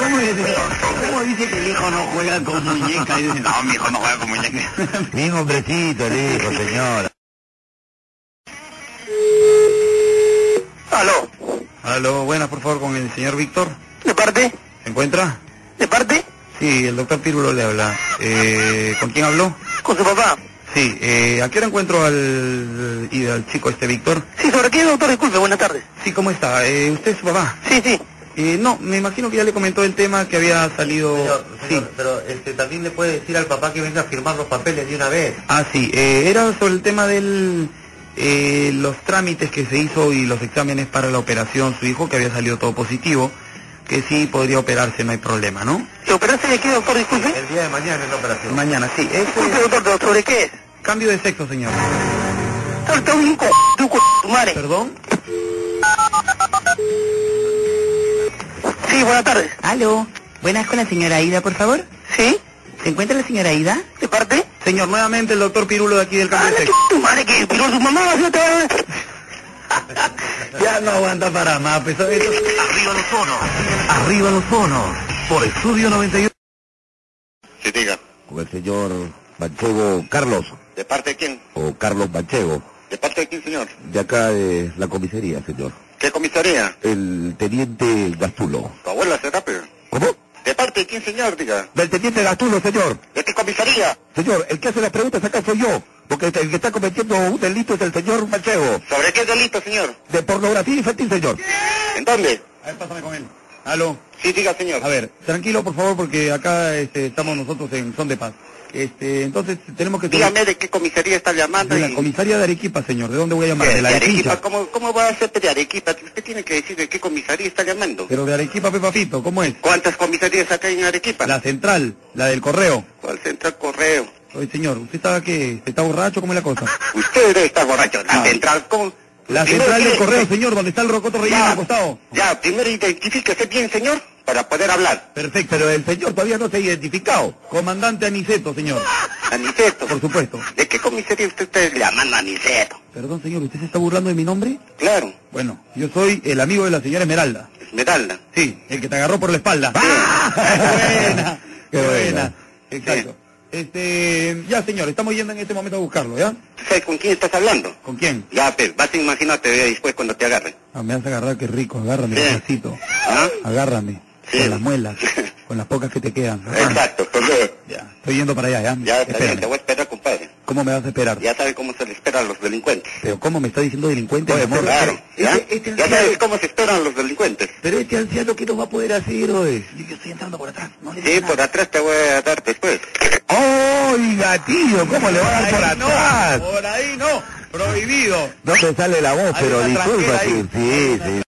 Speaker 2: ¿Cómo dice, cómo dice que el hijo no juega con muñeca? Y dice, <laughs> no, mi hijo no juega con muñeca. <laughs>
Speaker 3: Bien hombrecito el hijo, señora.
Speaker 13: Aló.
Speaker 7: Aló, buenas, por favor, con el señor Víctor.
Speaker 13: ¿De parte?
Speaker 7: ¿Se encuentra?
Speaker 13: ¿De parte?
Speaker 7: Sí, el doctor Pírulo le habla. Eh, ¿Con quién habló?
Speaker 13: ¿Con su papá?
Speaker 7: Sí, eh, ¿a qué hora encuentro al, y al chico este Víctor?
Speaker 13: Sí, ¿sobre qué, doctor? Disculpe, buenas tardes.
Speaker 7: Sí, ¿cómo está? Eh, ¿Usted es su papá?
Speaker 13: Sí, sí.
Speaker 7: Eh, no, me imagino que ya le comentó el tema que había salido... sí.
Speaker 3: pero este, también le puede decir al papá que venga a firmar los papeles de una vez.
Speaker 7: Ah, sí, eh, era sobre el tema del... eh, los trámites que se hizo y los exámenes para la operación, su hijo que había salido todo positivo, que sí podría operarse, no hay problema, ¿no?
Speaker 13: ¿Lo operaste de qué, doctor?
Speaker 7: ¿Eh?
Speaker 13: Disculpe.
Speaker 3: El día de mañana es la operación.
Speaker 7: Mañana, sí.
Speaker 13: Disculpe,
Speaker 7: Ese
Speaker 13: doctor, pero ¿sobre qué es?
Speaker 7: cambio de sexo, señor.
Speaker 13: Doctor, está un hijo, tu cu- tu madre.
Speaker 7: ¿Perdón?
Speaker 13: Sí, buenas tardes.
Speaker 5: Aló, buenas con la señora Aida, por favor.
Speaker 13: ¿Sí?
Speaker 5: ¿Se encuentra la señora Aida?
Speaker 13: ¿De parte?
Speaker 7: Señor, nuevamente el doctor Pirulo de aquí del
Speaker 3: Ah,
Speaker 7: cambio de
Speaker 13: Anda,
Speaker 7: sexo.
Speaker 13: tu madre que piró su mamá, ¿sí? Te
Speaker 7: <laughs>
Speaker 13: va a-
Speaker 7: Ya no aguanta para más, pues, ¿sabes?
Speaker 2: Arriba los sonos. Arriba los sonos. Por Estudio 98.
Speaker 3: señor Manchego Carlos,
Speaker 9: ¿De parte de quién?
Speaker 3: o Carlos Manchego,
Speaker 9: ¿De parte de quién, señor?
Speaker 3: de acá de la comisaría, señor.
Speaker 9: ¿Qué comisaría?
Speaker 3: El teniente Gastulo.
Speaker 9: Tu abuela se rápido.
Speaker 3: ¿Cómo?
Speaker 9: ¿De parte de quién, señor? Diga.
Speaker 3: Del teniente Gastulo, señor.
Speaker 9: ¿De qué comisaría?
Speaker 3: Señor, el que hace las preguntas acá soy yo, porque el que está cometiendo un delito es el señor Manchego,
Speaker 9: ¿Sobre qué delito, señor?
Speaker 3: de pornografía infantil, señor.
Speaker 9: ¿En dónde?
Speaker 7: A ver, pásame con él. Aló.
Speaker 9: Sí, diga, señor.
Speaker 7: A ver, tranquilo, por favor, porque acá este, estamos nosotros en Son de Paz. Este, entonces tenemos que...
Speaker 9: Dígame de qué comisaría está llamando
Speaker 7: De la
Speaker 9: y...
Speaker 7: comisaría de Arequipa, señor. ¿De dónde voy a llamar? De la
Speaker 9: de
Speaker 7: de
Speaker 9: Arequipa,
Speaker 7: Chincha.
Speaker 9: ¿cómo, ¿Cómo va a ser de Arequipa? Usted tiene que decir de qué comisaría está llamando.
Speaker 7: Pero de Arequipa, Pepafito, ¿cómo es?
Speaker 9: ¿Cuántas comisarías acá hay en Arequipa?
Speaker 7: La central, la del correo.
Speaker 9: Al central correo.
Speaker 7: Oye, señor, ¿usted estaba qué? ¿Está borracho? ¿Cómo es la cosa?
Speaker 9: Usted debe estar borracho. La central con...
Speaker 7: Ah. La
Speaker 9: Primero
Speaker 7: central del
Speaker 9: tiene-
Speaker 7: correo, señor, donde está el rocoto relleno al costado.
Speaker 9: Ya, primero identifíquese bien, señor, para poder hablar.
Speaker 7: Perfecto, pero el señor todavía no se ha identificado. Comandante Aniceto, señor,
Speaker 9: Aniceto.
Speaker 7: por supuesto.
Speaker 9: ¿De qué comisaría usted está llamando a Aniceto?
Speaker 7: Perdón, señor, ¿usted se está burlando de mi nombre?
Speaker 9: Claro,
Speaker 7: Bueno, yo soy el amigo de la señora Esmeralda.
Speaker 9: Esmeralda.
Speaker 7: Sí, el que te agarró por la espalda. <laughs> ¡Ah! ¡Qué buena! ¡Qué buena! Exacto. Este, ya señor, estamos yendo en este momento a buscarlo, ¿ya?
Speaker 9: ¿Tú sabes con quién estás hablando?
Speaker 7: ¿Con quién?
Speaker 9: Ya, pero vas a imaginarte después cuando te agarren.
Speaker 7: Ah, me has agarrado, qué rico, agárrame,
Speaker 9: Sí.
Speaker 7: papacito.
Speaker 9: ¿Ah?
Speaker 7: Agárrame,
Speaker 9: Sí.
Speaker 7: con las muelas, con las pocas que te quedan.
Speaker 9: Exacto, porque
Speaker 7: Ya, estoy yendo para allá, ¿ya?
Speaker 9: ya está bien,
Speaker 7: Espérame.
Speaker 9: te voy a esperar, compadre.
Speaker 7: ¿Cómo me vas a esperar?
Speaker 9: Ya sabes cómo se le espera a los delincuentes.
Speaker 7: Pero ¿cómo me está diciendo delincuente, mi amor?
Speaker 9: Claro, ¿ya?
Speaker 8: este- este
Speaker 9: Ya
Speaker 8: anciano-
Speaker 9: sabes cómo se esperan los delincuentes.
Speaker 8: Pero este anciano, ¿qué nos va a poder hacer hoy?
Speaker 5: Yo estoy entrando por atrás. No le
Speaker 9: Sí, por atrás te voy a dar después.
Speaker 7: pues,
Speaker 3: ¡Oiga, tío! ¿Cómo le va a dar por atrás?
Speaker 7: Por ahí no, prohibido.
Speaker 3: No te sale la voz,
Speaker 7: Hay
Speaker 3: pero
Speaker 7: una
Speaker 3: disculpa,
Speaker 7: tranquera ahí.
Speaker 3: sí, sí, sí.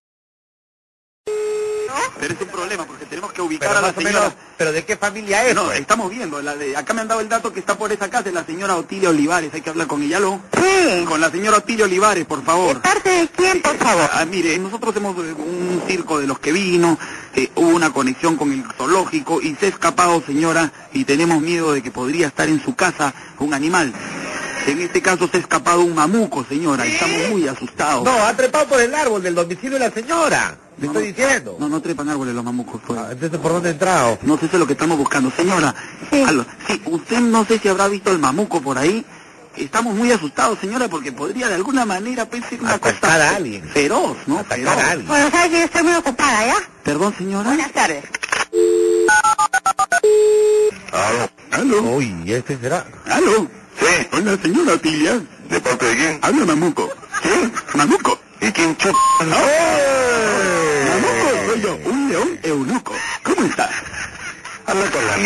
Speaker 2: Pero es un problema porque tenemos que
Speaker 8: Pero
Speaker 2: ubicar a la
Speaker 8: más o
Speaker 2: señora.
Speaker 8: menos, ¿pero de qué familia es?
Speaker 2: No, estamos viendo. la de- acá me han dado el dato que está por esa casa, es la señora Otilia Olivares. Hay que hablar con ella, ¿lo?
Speaker 1: Sí.
Speaker 2: Con la señora Otilia Olivares, por favor.
Speaker 1: ¿Parte de quién, por favor?
Speaker 2: Ah, mire, nosotros hemos eh, un circo de los que vino, eh, hubo una conexión con el zoológico y se ha escapado, señora, y tenemos miedo de que podría estar en su casa un animal. En este caso se ha escapado un mamuco, señora, y estamos muy asustados.
Speaker 8: No, ha trepado por el árbol del domicilio de la señora. Le
Speaker 2: No,
Speaker 8: estoy
Speaker 2: no.
Speaker 8: diciendo.
Speaker 2: no, no trepan árboles los mamucos. pues.
Speaker 8: Ah, Entonces, ¿por dónde ha entrado?
Speaker 2: No sé si es lo que estamos buscando, señora.
Speaker 1: Sí.
Speaker 2: aló, sí, usted no sé si habrá visto el mamuco por ahí. Estamos muy asustados, señora, porque podría de alguna manera pues, ser una
Speaker 8: Atacar
Speaker 2: cosa
Speaker 8: a alguien.
Speaker 2: feroz, ¿no?
Speaker 8: Atacar
Speaker 2: Feroz.
Speaker 8: a alguien.
Speaker 1: Bueno, sabes que yo estoy muy ocupada, ¿ya?
Speaker 2: Perdón, señora.
Speaker 1: Buenas tardes.
Speaker 2: Aló.
Speaker 3: Uy, este será.
Speaker 2: ¿Aló? Sí. Hola, señora Otilia.
Speaker 9: ¿De parte de quién?
Speaker 2: Habla Mamuco. ¿Qué? ¿Mamuco?
Speaker 9: ¿Y quién chup?
Speaker 2: Mamuco, soy yo, un león eunuco. ¿Cómo está?
Speaker 9: Habla con la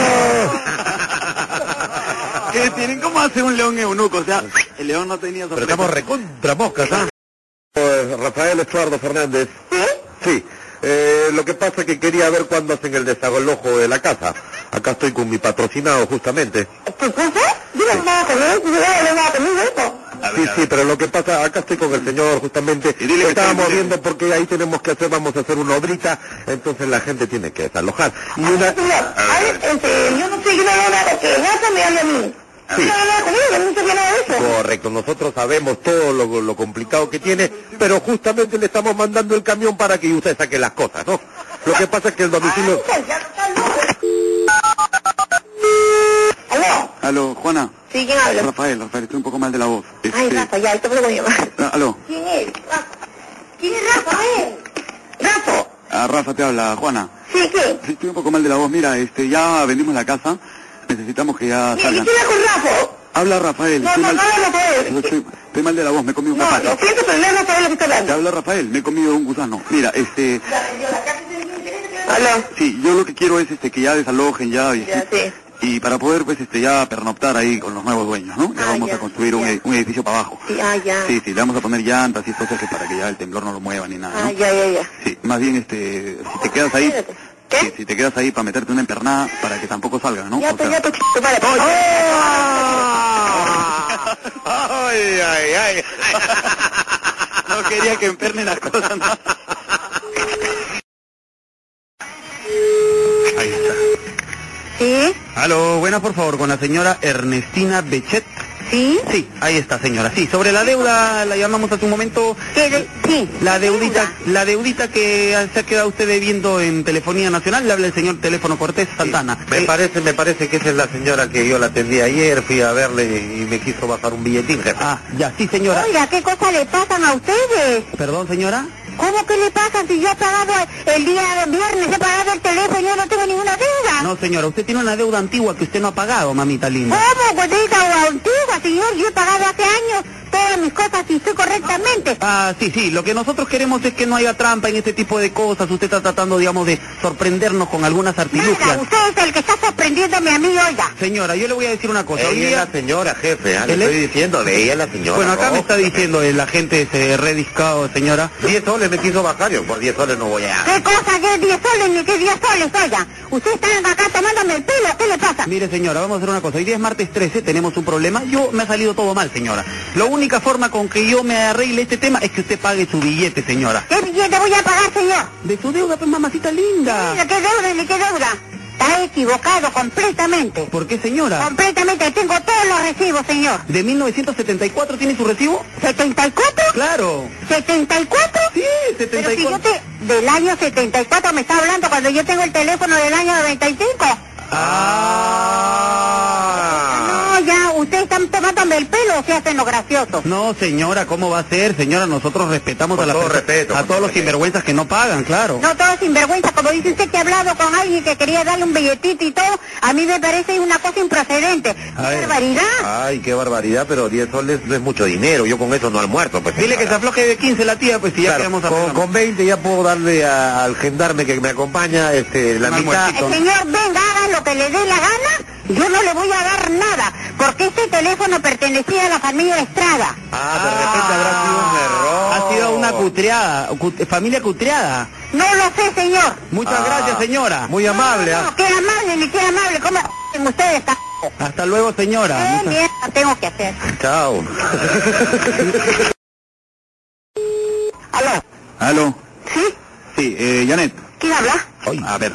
Speaker 2: <laughs> ¿Qué tienen? ¿Cómo hace un león eunuco? O sea, el león no tenía
Speaker 3: Pero estamos recontra moscas, ¿ah?
Speaker 14: Pues, Rafael Estuardo Fernández. Sí. Eh, lo que pasa es que quería ver cuándo hacen el desagolojo de la casa. Acá estoy con mi patrocinado, justamente.
Speaker 1: ¿Qué cosa? Yo no andaba con él, yo no andaba con él, ¿no?
Speaker 14: sí, sí, pero lo que pasa, acá estoy
Speaker 3: Mm.
Speaker 14: con el señor, justamente.
Speaker 9: Y dile que
Speaker 14: Estábamos
Speaker 9: estoy-
Speaker 14: viendo porque ahí tenemos que hacer, vamos a hacer una obrita, entonces la gente tiene que desalojar. Y una...
Speaker 1: Señor, a ver, este, yo no sé, yo no hago nada con él, ya se me habla a mí. Yo no hago nada con él, yo no sé nada de eso.
Speaker 14: Correcto, nosotros sabemos todo lo, lo complicado que tiene, pero justamente le estamos mandando el camión para que usted saque las cosas, ¿no? Lo que pasa es que el domicilio...
Speaker 1: Ay, ya no está loco. Aló.
Speaker 2: Aló, Juana.
Speaker 1: Sí, ¿quién habla?
Speaker 2: Rafael, Rafael, estoy un poco mal de la voz.
Speaker 1: Ay,
Speaker 2: Este,
Speaker 1: Rafa, ya, ahorita me lo voy a llamar.
Speaker 2: ah, Aló.
Speaker 1: ¿Quién es? Rafa. ¿Quién es Rafa? A ver. Rafa.
Speaker 2: Ah, Rafa te habla, Juana.
Speaker 1: Sí, ¿qué?
Speaker 2: Sí, estoy un poco mal de la voz. Mira, este, ya vendimos la casa. Necesitamos que ya
Speaker 1: Mira, ¿y
Speaker 2: salgan.
Speaker 1: quién es con Rafa?
Speaker 2: Habla Rafael.
Speaker 1: No,
Speaker 2: estoy
Speaker 1: no,
Speaker 2: mal-
Speaker 1: no habla Rafael.
Speaker 2: Estoy, estoy mal de la voz, me he comido un
Speaker 1: No,
Speaker 2: zapato.
Speaker 1: lo siento, pero no es Rafael lo que está
Speaker 2: Te
Speaker 1: hablando.
Speaker 2: habla Rafael, me he comido un gusano. Mira, este,
Speaker 1: Ya vendió la casa, ¿sí? Aló.
Speaker 2: sí, yo lo que quiero es este que ya desalojen ya, y-
Speaker 1: Ya, sí.
Speaker 2: y para poder pues este ya pernoctar ahí con los nuevos dueños, ¿no? Ya
Speaker 1: Ah,
Speaker 2: vamos
Speaker 1: ya,
Speaker 2: a construir un,
Speaker 1: ya.
Speaker 2: edi- un edificio para abajo.
Speaker 1: Sí, ah, ya.
Speaker 2: Sí, sí, le vamos a poner llantas y estos ejes para que ya el temblor no lo mueva ni nada, ¿no?
Speaker 1: Ah, ya, ya, ya.
Speaker 2: Sí, más bien este, si te quedas ahí,
Speaker 1: Espérate. ¿Qué?
Speaker 2: sí, si te quedas ahí para meterte una empernada para que tampoco salga, ¿no?
Speaker 1: Ya,
Speaker 2: O
Speaker 1: pues,
Speaker 2: sea,
Speaker 1: ya,
Speaker 2: <laughs>
Speaker 1: pues, Oh, ch- para. ¡Ah!
Speaker 2: ay, ay, ay. <laughs> No quería que emperne las
Speaker 1: <laughs>
Speaker 2: cosas. ¿no?
Speaker 7: Ahí está.
Speaker 1: ¿Sí?
Speaker 7: Aló, buenas por favor, con la señora Ernestina Bechet.
Speaker 2: ¿Sí? Sí, ahí está, señora. Sí, sobre la deuda la llamamos hace un momento. Sí. La deudita, la deudita que se ha quedado usted debiendo en Telefonía Nacional, le habla el señor Teléfono Cortés Santana. Eh,
Speaker 9: Me parece, me parece que esa es la señora que yo la atendí ayer, fui a verle y me quiso bajar un billetín, jefe.
Speaker 2: Ah, ya, sí, señora.
Speaker 1: Oiga, ¿qué cosa le pasan a ustedes?
Speaker 2: Perdón, señora.
Speaker 1: ¿Cómo que le pasan si yo he pagado el día de viernes, he pagado el teléfono, yo no tengo ninguna
Speaker 9: Ah.
Speaker 1: deuda?
Speaker 2: No, señora, usted tiene una deuda antigua que usted no ha pagado, mamita linda.
Speaker 1: ¿Cómo, gordita o antigua, señor? Yo he pagado hace años todas mis cosas y estoy correctamente.
Speaker 2: Ah, sí, sí, lo que nosotros queremos es que no haya trampa en este tipo de cosas. Usted está tratando, digamos, de sorprendernos con algunas
Speaker 1: Oiga,
Speaker 2: artilugias.
Speaker 1: usted es el que está sorprendiéndome a mí, oiga.
Speaker 2: Señora, yo le voy a decir una cosa. Hoy
Speaker 9: Ella es
Speaker 2: día-
Speaker 9: la señora, jefe, ah, le
Speaker 2: ¿El es?
Speaker 9: estoy diciendo, de ella es la señora.
Speaker 2: Bueno, acá
Speaker 9: ¿no?
Speaker 2: me está diciendo eh, el agente ese rediscado, señora.
Speaker 9: 10 soles me quiso bajar, yo por 10 soles no voy a...
Speaker 1: ¿Qué cosa que 10 soles ni que 10 soles, oiga? Usted está acá tomándome el pelo, ¿qué le pasa?
Speaker 2: Mire, señora, vamos a hacer una cosa. Hoy día es martes 13, tenemos un problema. Yo me ha salido todo mal, señora. La única forma con que yo me arregle este tema es que usted pague su billete, señora.
Speaker 1: ¿Qué billete voy a pagar, señor?
Speaker 2: De su deuda, pues, mamacita linda.
Speaker 1: Mira, ¿qué deuda ni qué deuda? Está equivocado completamente.
Speaker 2: ¿Por qué, señora?
Speaker 1: Completamente, tengo todos los recibos, señor.
Speaker 2: ¿De 1974 tiene su recibo?
Speaker 1: ¿74?
Speaker 2: Claro.
Speaker 1: ¿74?
Speaker 2: Sí,
Speaker 1: Pero si yo
Speaker 2: 74.
Speaker 1: te... Del año 74 me está hablando cuando yo tengo el teléfono del año 95.
Speaker 2: Ah.
Speaker 1: No, ya, ustedes están tomándome el pelo o se hacen lo gracioso.
Speaker 2: No, señora, ¿cómo va a ser? Señora, nosotros respetamos
Speaker 9: Con
Speaker 2: a, la
Speaker 9: todo
Speaker 2: perso-
Speaker 9: respeto,
Speaker 2: a
Speaker 9: con
Speaker 2: todos
Speaker 9: todo
Speaker 2: los sinvergüenzas que no pagan, claro.
Speaker 1: No, todo sinvergüenza, como dice usted que ha hablado con alguien que quería darle un billetito y todo, a mí me parece una cosa improcedente. ¡Qué
Speaker 9: Ay.
Speaker 3: Ah,
Speaker 1: barbaridad!
Speaker 9: Ay, qué barbaridad, pero 10 soles no es mucho dinero, yo con eso no almuerzo, pues.
Speaker 2: Dile que se
Speaker 9: señora.
Speaker 2: afloje de 15 la tía, pues si ya
Speaker 9: Claro,
Speaker 2: queremos
Speaker 9: con,
Speaker 2: hacer...
Speaker 9: con 20 ya puedo darle a- al gendarme que me acompaña este, la
Speaker 2: Un
Speaker 9: mitad.
Speaker 1: El señor, venga, haga lo que le dé la gana, yo no le voy a dar nada, porque este teléfono pertenecía a la familia Estrada.
Speaker 9: Ah, de repente habrá sido un error.
Speaker 2: Ah, Ha sido una cutreada, cut- familia cutreada.
Speaker 1: No lo sé, señor.
Speaker 2: Muchas
Speaker 9: Ah,
Speaker 2: gracias, señora.
Speaker 9: Muy amable,
Speaker 1: No,
Speaker 9: ¿ah?
Speaker 1: no, qué amable, ni qué amable, ¿cómo hacen ustedes? ca-
Speaker 2: Hasta luego, señora.
Speaker 1: ¿Qué
Speaker 2: Muchas-
Speaker 1: mierda tengo que hacer?
Speaker 2: <laughs>
Speaker 9: Chao.
Speaker 1: ¿Aló?
Speaker 15: ¿Aló?
Speaker 1: ¿Sí?
Speaker 15: Sí, eh, Janet.
Speaker 1: ¿Quién habla?
Speaker 15: A ver.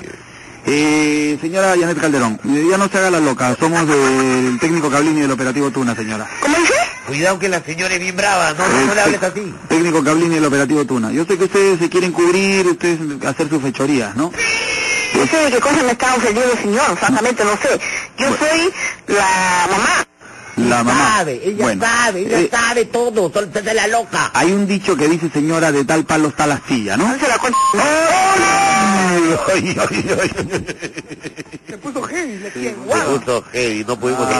Speaker 15: Eh, señora Janet Calderón, eh, ya no se haga la loca. Somos del técnico Cablini del operativo Tuna, señora.
Speaker 1: ¿Cómo dice?
Speaker 9: Cuidado que la señora es bien brava, no,
Speaker 15: Eh, tec- Técnico Cablini del operativo Tuna. Yo sé que ustedes se quieren cubrir, ustedes hacer sus fechorías, ¿no?
Speaker 1: No sé de qué cosa me está ofendiendo, señor, francamente no sé. Yo soy la mamá.
Speaker 15: La mamá.
Speaker 16: Sabe, ella
Speaker 15: Bueno,
Speaker 16: sabe, ella
Speaker 15: eh,
Speaker 16: sabe todo, sol- de la loca.
Speaker 15: Hay un dicho que dice, señora, de tal palo está la silla, ¿no?
Speaker 1: Se la cuenta.
Speaker 9: Ay, ay, ay.
Speaker 16: Se puso gay, le quiero.
Speaker 9: Se puso heavy, no pudimos...
Speaker 2: Ah.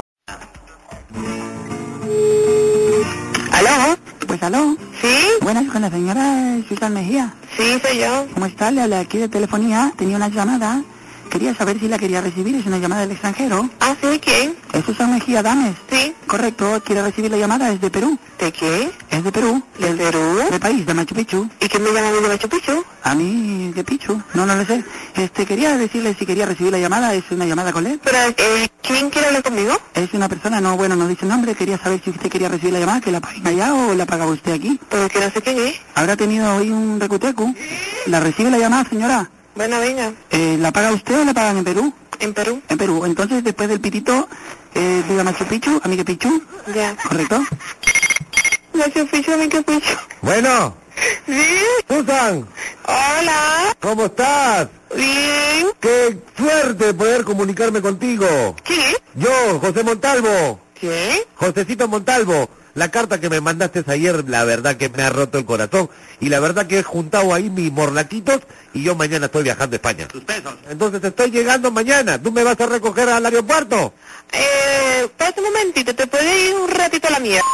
Speaker 1: ¿Aló?
Speaker 17: Pues aló.
Speaker 1: ¿Sí?
Speaker 17: Buenas con la señora Susan Mejía.
Speaker 1: Sí, soy yo.
Speaker 17: ¿Cómo está? Le habla aquí de telefonía. Tenía una llamada. Quería saber si la quería recibir. Es una llamada del extranjero.
Speaker 1: ¿Ah, sí? ¿Quién?
Speaker 17: Es Susan Mejía Dames.
Speaker 1: Sí.
Speaker 17: Correcto. Quiere recibir la llamada. Es de Perú.
Speaker 1: ¿De qué?
Speaker 17: Es de Perú.
Speaker 1: ¿De Perú?
Speaker 17: De país, de Machu Picchu.
Speaker 1: ¿Y qué me llama a mí de Machu Picchu?
Speaker 17: A mí, de Pichu. No, no lo sé. Este, quería decirle si quería recibir la llamada. Es una llamada con él.
Speaker 1: Pero, eh, ¿quién quiere hablar conmigo?
Speaker 17: Es una persona, no, bueno, no dice nombre. Quería saber si usted quería recibir la llamada, que la paguen allá o la pagaba usted aquí.
Speaker 1: Porque no sé quién Pues es.
Speaker 17: Habrá tenido hoy un recutecu. ¿La recibe la llamada, señora?
Speaker 1: Bueno, venga,
Speaker 17: Eh, ¿La paga usted o la pagan en Perú?
Speaker 1: en Perú.
Speaker 17: En Perú. Entonces, después del pitito, eh, diga Machu Picchu, amiga Pichu,
Speaker 1: Ya.
Speaker 17: ¿correcto?
Speaker 1: Machu Picchu, a mí qué Picchu.
Speaker 3: Bueno,
Speaker 1: ¿Sí?
Speaker 3: Susan,
Speaker 1: Hola.
Speaker 3: ¿cómo estás?
Speaker 1: Bien.
Speaker 3: Qué suerte poder comunicarme contigo.
Speaker 1: ¿Quién es?
Speaker 3: Yo, José Montalvo,
Speaker 1: ¿Qué?
Speaker 3: Josecito Montalvo. La carta que me mandaste ayer, la verdad que me ha roto el corazón. Y la verdad que he juntado ahí mis morlaquitos y yo mañana estoy viajando a España.
Speaker 18: Tus pesos.
Speaker 3: Entonces estoy llegando mañana. ¿Tú me vas a recoger al aeropuerto?
Speaker 1: Eh, pasa un momentito, te puede ir un ratito a la mierda.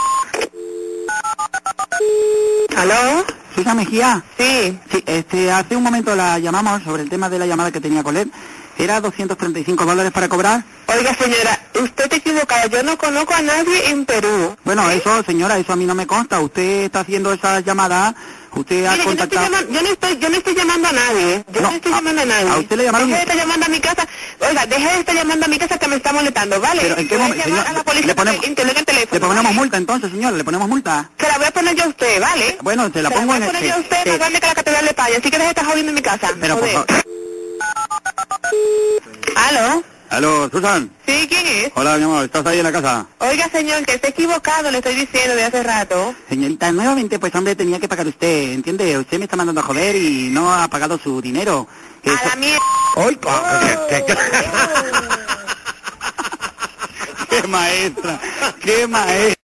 Speaker 1: ¿Aló?
Speaker 17: Susan Mejía,
Speaker 1: Sí.
Speaker 17: sí, este, hace un momento la llamamos sobre el tema de la llamada que tenía Colette. Era 235 dólares para cobrar.
Speaker 1: Oiga, señora, usted está equivocada. Yo no conozco a nadie en Perú.
Speaker 17: Bueno, eso, señora, eso a mí no me consta. Usted está haciendo esa llamada, usted ha
Speaker 1: Mire, yo, no estoy
Speaker 17: contactado...
Speaker 1: llamando, yo, no estoy, yo no estoy llamando a nadie. Yo no,
Speaker 17: No,
Speaker 1: estoy
Speaker 17: a-
Speaker 1: llamando a nadie.
Speaker 17: a usted le llamaron
Speaker 1: Deje de
Speaker 17: y-
Speaker 1: estar llamando a mi casa. Oiga, deje de estar llamando a mi casa que me está molestando, ¿vale?
Speaker 17: Pero, ¿en qué
Speaker 1: Voy a
Speaker 17: momento,
Speaker 1: llamar
Speaker 17: señor?
Speaker 1: a la policía
Speaker 17: Le ponemos-
Speaker 1: porque internet el teléfono.
Speaker 17: Le ponemos
Speaker 1: ¿vale?
Speaker 17: multa entonces, señor, le ponemos multa.
Speaker 1: Se la voy a poner yo a usted, ¿vale?
Speaker 17: Bueno, te la
Speaker 1: Se
Speaker 17: pongo en
Speaker 1: voy a
Speaker 17: el...
Speaker 1: poner yo a usted
Speaker 17: sí,
Speaker 1: más grande que la catedral de Paya. Así que deje de estar jodiendo en mi casa.
Speaker 17: Pero por
Speaker 1: Joder.
Speaker 17: favor,
Speaker 1: ¿Aló?
Speaker 19: Aló, Susan.
Speaker 1: Sí, ¿quién es?
Speaker 19: Hola, mi amor, ¿estás ahí en la casa?
Speaker 1: Oiga, señor, que está equivocado, le estoy diciendo de hace rato.
Speaker 2: Señorita, nuevamente, pues hombre, tenía que pagar usted, ¿entiende? Usted me está mandando a joder y no ha pagado su dinero.
Speaker 1: A la mierda. Eh,
Speaker 2: ¡Ay,
Speaker 17: Oh.
Speaker 2: <laughs>
Speaker 19: ¡Qué maestra! ¡Qué maestra!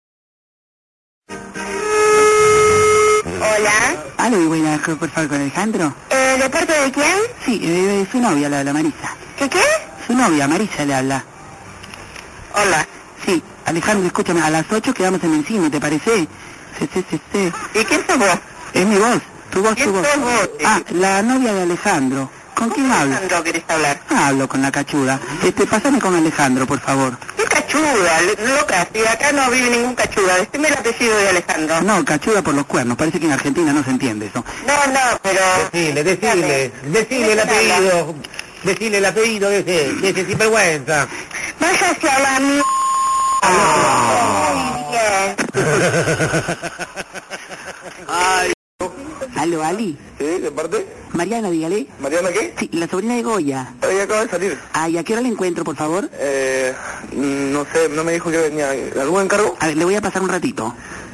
Speaker 2: Hola. Aló, buenas, por favor, con Alejandro.
Speaker 20: Eh, ¿De parte de quién?
Speaker 2: Sí, eh, su novia le habla, Marisa.
Speaker 20: ¿Qué qué?
Speaker 2: Su novia, Marisa, le habla.
Speaker 20: Hola.
Speaker 2: Sí, Alejandro, escúchame, a las 8 quedamos en el cine, ¿te parece? Sí, sí, sí, sí.
Speaker 20: ¿Y quién sos vos?
Speaker 2: Es mi voz, tu voz,
Speaker 20: ¿Quién
Speaker 2: tu voz.
Speaker 20: sos vos?
Speaker 2: Ah, la novia de Alejandro. ¿Con quién hablo?
Speaker 20: Alejandro, ¿querés hablar?
Speaker 2: Hablo con la cachuda. Este, pásame con Alejandro, por favor.
Speaker 20: ¿Qué cachuda? le- Loca, si acá no vive ningún cachuda. Decime el apellido de Alejandro.
Speaker 2: No, cachuda por los cuernos. Parece que en Argentina no se entiende eso.
Speaker 20: No, no, pero...
Speaker 3: Decile, decile, decile el apellido, decile el apellido de ese, de ese sinvergüenza.
Speaker 20: Vas hacia la mierda. Muy bien.
Speaker 2: Aló, Ali.
Speaker 14: ¿Sí? ¿De parte?
Speaker 2: Mariana, dígale.
Speaker 14: ¿Mariana qué?
Speaker 2: Sí, la sobrina de Goya.
Speaker 14: Hoy acaba de salir.
Speaker 2: Ay, ¿a qué hora le encuentro, por favor?
Speaker 14: Eh, no sé, no me dijo que venía. ¿Algún encargo?
Speaker 2: A ver, le voy a pasar un ratito.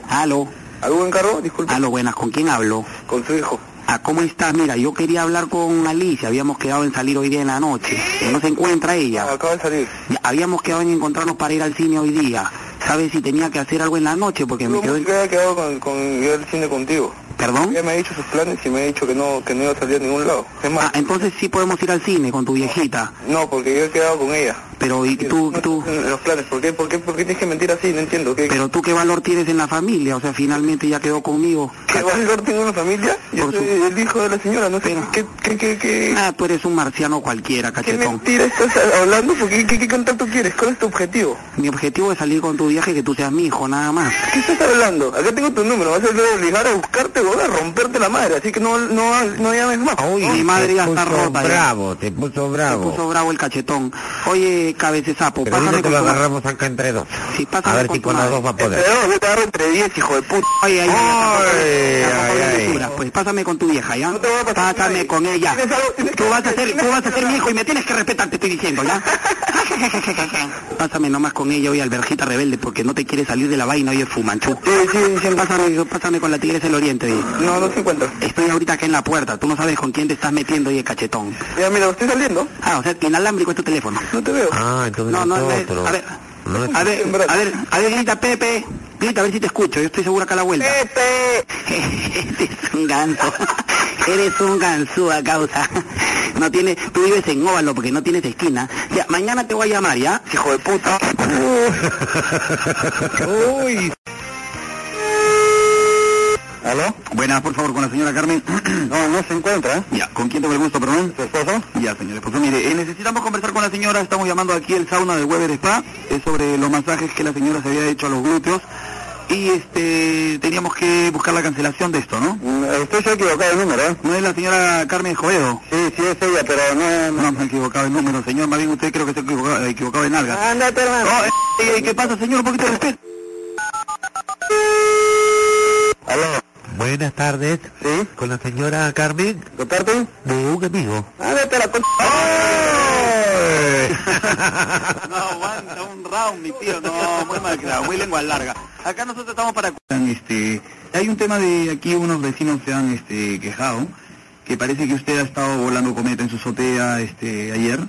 Speaker 2: Aló.
Speaker 14: ¿Algún encargo? Disculpe.
Speaker 2: Aló, buenas, ¿con quién hablo?
Speaker 14: Con su hijo.
Speaker 2: Ah, ¿cómo estás? Mira, yo quería hablar con Alicia. Habíamos quedado en salir hoy día en la noche. No se encuentra ella.
Speaker 14: Acaba de salir.
Speaker 2: Ya, Habíamos quedado en encontrarnos para ir al cine hoy día. ¿Sabes si tenía que hacer algo en la noche? Porque me quedo ¿Mm? en...
Speaker 14: había quedado con, con ir al cine contigo.
Speaker 2: ¿Perdón?
Speaker 14: Ella me ha dicho sus planes y me ha dicho que no, que no iba a salir a ningún lado. Es más,
Speaker 2: Ah, entonces sí podemos ir al cine con tu viejita.
Speaker 14: no, porque yo he quedado con ella.
Speaker 2: Pero ¿y tú, tú,
Speaker 14: Los planes, ¿por qué, por qué, por qué tienes que mentir así? No entiendo. ¿Qué,
Speaker 2: pero tú qué valor tienes en la familia? O sea, finalmente ya quedó conmigo.
Speaker 14: qué valor tiene una familia? Yo soy el hijo de la señora, no sé. ¿Qué, qué, qué, qué,
Speaker 2: Ah, tú eres un marciano cualquiera,
Speaker 14: qué
Speaker 2: cachetón.
Speaker 14: mentira estás hablando? ¿Por qué, qué, qué contacto quieres? ¿Cuál es tu objetivo?
Speaker 2: Mi objetivo es salir con tu viaje que tú seas mi hijo, nada más.
Speaker 14: ¿Qué estás hablando? Acá tengo tu número, vas a tener que obligar a buscarte, voy a romperte la madre, así que no, no, no llames más.
Speaker 2: Mi madre ya está rota. ya.
Speaker 3: Bravo, te puso
Speaker 2: Se
Speaker 3: bravo.
Speaker 2: puso bravo el cachetón. Oye, cabecesapo,
Speaker 3: Pero
Speaker 2: pásame
Speaker 3: dime que
Speaker 2: con
Speaker 3: lo
Speaker 2: tu madre.
Speaker 3: agarramos acá entre dos.
Speaker 2: Sí, pásame
Speaker 3: A ver
Speaker 2: con
Speaker 3: si
Speaker 2: tu
Speaker 3: con las
Speaker 2: madre.
Speaker 3: dos va
Speaker 2: <laughs>
Speaker 3: a poder.
Speaker 14: Pero yo te agarro entre 10, hijo de puta.
Speaker 2: Oye, ay, ay,
Speaker 3: Ay,
Speaker 2: tampoco- tampoco
Speaker 3: ay,
Speaker 2: hay
Speaker 3: ay.
Speaker 2: lisuras, pues pásame con tu vieja, ¿ya? Pásame con ella.
Speaker 14: Tienes algo- tienes
Speaker 2: Tú
Speaker 14: que-
Speaker 2: vas a ser,
Speaker 14: tienes
Speaker 2: tú vas a
Speaker 14: que-
Speaker 2: ser mi hijo y me tienes que respetar, te estoy diciendo,
Speaker 3: <laughs>
Speaker 2: ¿ya? Pásame nomás con ella hoy, alberjita rebelde, porque no te quiere salir de la vaina hoy es fumanchú. Pásame, pásame con la tigresa del oriente, oye.
Speaker 14: No, no se encuentra.
Speaker 2: Estoy ahorita acá en la puerta, tú no sabes con quién te estás metiendo, oye, cachetón.
Speaker 14: Ya, mira, estoy saliendo,
Speaker 2: Ah, o sea, que inalámbrico es tu teléfono.
Speaker 14: no te veo.
Speaker 3: Ah, entonces
Speaker 2: No, no, a ver,
Speaker 3: nosotros.
Speaker 2: a ver,
Speaker 3: No es-
Speaker 2: a ver, a ver, a ver, grita Pepe, grita a ver si te escucho, yo estoy seguro acá a la
Speaker 14: Eh.
Speaker 2: vuelta.
Speaker 14: Pepe.
Speaker 2: <laughs> Eres un ganso, eres un ganzúa causa. No tiene, tú vives en óvalo porque no tienes esquina. Ya, mañana te voy a llamar, ¿ya?
Speaker 14: Hijo de puta.
Speaker 3: Uy,
Speaker 14: ¿Aló?
Speaker 2: Buenas, por favor, con la señora Carmen.
Speaker 14: <clears throat> No, no se encuentra, ¿eh?
Speaker 2: Ya, ¿con quién tengo el gusto, perdón?
Speaker 14: ¿Tu esposo?
Speaker 2: Ya, señor esposo, mire, eh, necesitamos conversar con la señora, estamos llamando aquí el sauna de Weber Spa, es sobre los masajes que la señora se había hecho a los glúteos y este teníamos que buscar la cancelación de esto, ¿no?
Speaker 14: Mm, Usted se ha equivocado el número, ¿eh?
Speaker 2: ¿No es la señora Carmen Joedo?
Speaker 14: Sí, sí, es ella, pero no...
Speaker 2: No, me he equivocado el número, señor, más bien usted creo que se ha equivocado, equivocado en alga.
Speaker 14: Ándate, hermano.
Speaker 2: No, eh, eh, ¿qué pasa, señor? Un poquito de respeto.
Speaker 14: ¿Aló?
Speaker 3: buenas tardes.
Speaker 14: ¿Sí?
Speaker 3: Con la señora Carmen
Speaker 14: ¿De parte?
Speaker 3: de un amigo.
Speaker 14: Ándate la concha.
Speaker 2: No aguanta un round, mi tío, no, muy mal creado, muy lengua larga. Acá nosotros estamos para... Este, hay un tema de aquí, unos vecinos se han este, quejado, que parece que usted ha estado volando cometa en su azotea este, ayer,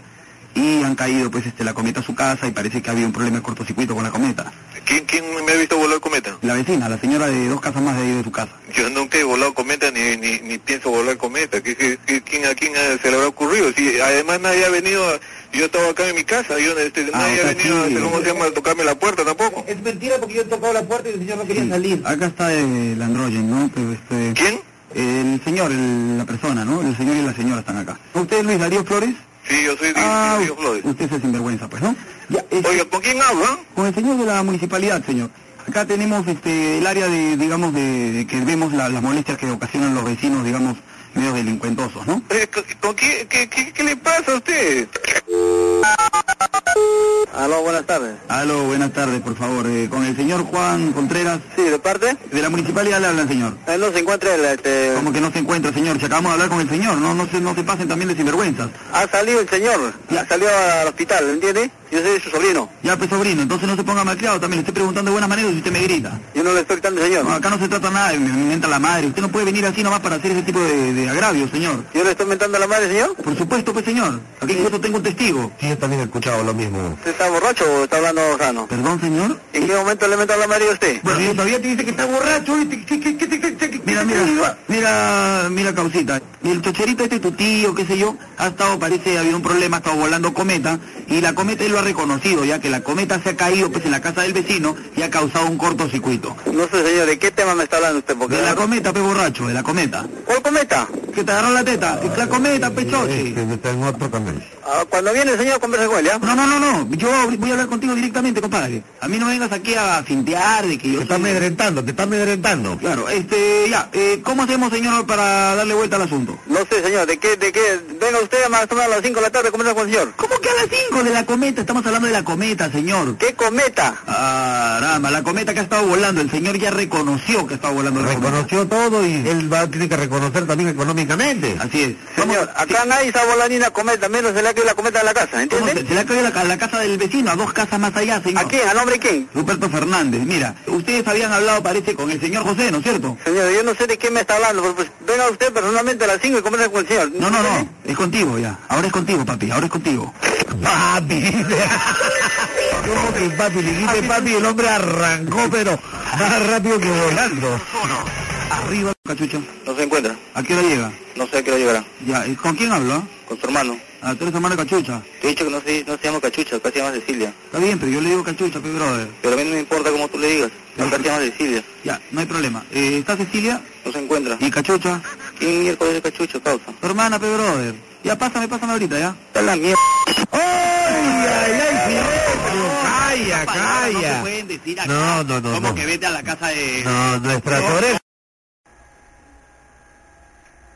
Speaker 2: y han caído pues este, la cometa a su casa y parece que ha habido un problema de cortocircuito con la cometa.
Speaker 9: ¿Quién, ¿Quién me ha visto volar cometa?
Speaker 2: La vecina, la señora de dos casas más de ahí de su casa.
Speaker 9: Yo nunca he volado cometa ni, ni, ni pienso volar cometa. ¿Qué, qué- qué- quién, ¿A quién eh, se le habrá ocurrido? Si además nadie ha venido a... Yo estaba acá en mi casa, yo este,
Speaker 3: Ah,
Speaker 9: nadie
Speaker 2: o
Speaker 9: ha
Speaker 2: sea,
Speaker 9: venido
Speaker 2: sí.
Speaker 9: a, ¿cómo se llama? a tocarme la puerta tampoco.
Speaker 3: Es mentira porque yo he tocado la puerta y el señor no quería salir.
Speaker 2: Acá está el androgen, ¿no? Pero este...
Speaker 9: ¿Quién?
Speaker 2: El señor, el- la persona, ¿no? El señor y la señora están acá. ¿Usted es Luis Darío Flores?
Speaker 9: Sí, yo soy de
Speaker 2: Ah,
Speaker 9: de Río Flores.
Speaker 2: usted es el sinvergüenza, pues, ¿no? Ya, este,
Speaker 9: Oiga, ¿con quién hablo? ah?
Speaker 2: con el señor de la municipalidad, señor. Acá tenemos este, el área de, digamos, de, de que vemos la- las molestias que ocasionan los vecinos, digamos, medio delincuentosos, ¿no?
Speaker 9: Eh, ¿Con, con qué, qué, qué- qué le pasa a usted?
Speaker 2: Aló, buenas tardes. Aló, buenas tardes, por favor. Eh, con el señor Juan Contreras. Sí, ¿de parte? De la municipalidad le hablan, señor.
Speaker 14: Ah,
Speaker 2: Él no se encuentra, el, este... ¿Cómo que no se encuentra, señor? Si acabamos de hablar con el señor, no, no, se, no se pasen también de sinvergüenzas.
Speaker 14: Ha salido el señor, ha salido al hospital, ¿entiende? Yo soy su sobrino.
Speaker 2: Ya, pues, sobrino, entonces no se ponga malcriado. También le estoy preguntando de buenas maneras y usted me grita.
Speaker 14: Yo no le estoy gritando, señor.
Speaker 2: No, acá no se trata nada de me mienta la madre. Usted no puede venir así nomás para hacer ese tipo de, de agravios, señor.
Speaker 14: ¿Yo le estoy mentando a la madre, señor?
Speaker 2: Por supuesto, pues, señor. Aquí incluso tengo un testigo.
Speaker 3: Sí, yo también he escuchado lo mismo.
Speaker 14: ¿Usted está borracho o está hablando sano?
Speaker 2: Perdón, señor.
Speaker 14: ¿En qué momento le meto a la madre a usted?
Speaker 2: Bueno, yo todavía te dice que está borracho. y te- que- que- que- que- que- que- Mira, mira, mira, mira, causita. El chocherito este, tu tío, qué sé yo, ha estado, parece, había un problema, ha estado volando cometa, y la cometa él lo ha reconocido, ya que la cometa se ha caído, pues, en la casa del vecino, y ha causado un cortocircuito.
Speaker 14: Pues No sé, señor, ¿de qué tema me está hablando usted? Porque
Speaker 2: De la cometa, pe borracho, de la cometa.
Speaker 14: ¿Cuál cometa?
Speaker 2: Que te agarró la teta. Es la cometa, pechoche.
Speaker 3: Tengo otro también.
Speaker 14: Ah, cuando viene el señor, conversa con él, ¿ya?
Speaker 2: No, no, no, no. Yo voy a hablar contigo directamente, compadre. A mí no me vengas aquí a fintear de que yo. Te estás
Speaker 3: amedrentando, te estás amedrentando.
Speaker 2: Claro, este, ya. eh, ¿Cómo hacemos, señor, para darle vuelta al asunto?
Speaker 14: No sé, señor, ¿de qué, de qué? Venga usted más o menos a las 5 de la tarde, conversa con el señor.
Speaker 2: ¿Cómo que a las 5 de la cometa? Estamos hablando de la cometa, señor.
Speaker 14: ¿Qué cometa?
Speaker 2: Caramba, la cometa que ha estado volando. El señor ya reconoció que estaba volando la cometa.
Speaker 3: Reconoció todo y él va, tiene que reconocer también económicamente.
Speaker 2: Así es.
Speaker 14: Señor, acá nadie está volando ni una cometa, menos se le ha caído la cometa de la casa,
Speaker 2: ¿Cómo
Speaker 14: ¿entiende?
Speaker 2: se, se le ha caído la, ca- la casa del vecino, a dos casas más allá, señor?
Speaker 14: ¿A quién? ¿A nombre de quién?
Speaker 2: Ruperto Fernández, mira, ustedes habían hablado, parece, con el señor José, ¿no es cierto?
Speaker 14: Señor, yo no sé de quién me está hablando, pero pues venga usted personalmente a las 5 y conversa con el señor.
Speaker 2: No, no, no, es contigo ya. Ahora es contigo, papi, ahora es contigo.
Speaker 3: Papi. ¿Cómo que papi? Le dijiste papi, el hombre arrancó, pero más rápido que volando.
Speaker 2: Arriba, cachucha.
Speaker 14: No se encuentra,
Speaker 2: ¿A qué hora llega?
Speaker 14: no sé a qué hora llegará.
Speaker 2: Ya, ¿y ¿con quién hablo? ah?
Speaker 14: Con su hermano.
Speaker 2: A tres hermanos cachucha.
Speaker 14: Te he dicho que no se, no se llama Cachucha, acá se llama Cecilia.
Speaker 2: Está bien, pero yo le digo cachucha, pe brother.
Speaker 14: Pero a mí no me importa cómo tú le digas, acá se llama Cecilia.
Speaker 2: Ya, no hay problema. Eh, ¿Está Cecilia?
Speaker 14: No se encuentra.
Speaker 2: ¿Y cachucha?
Speaker 14: ¿Quién miércoles es Cachucha, causa?
Speaker 2: Tu hermana, pe brother. Ya, pásame, pásame ahorita, ya.
Speaker 14: Está la mierda.
Speaker 3: ¡Ay, ay, ay, silencio! ¡Calla,
Speaker 2: No se
Speaker 3: calla!
Speaker 2: pueden decir acá.
Speaker 3: No, no, no,
Speaker 2: Como
Speaker 3: no.
Speaker 2: que vete a la casa de...
Speaker 3: No, nuestras orejas.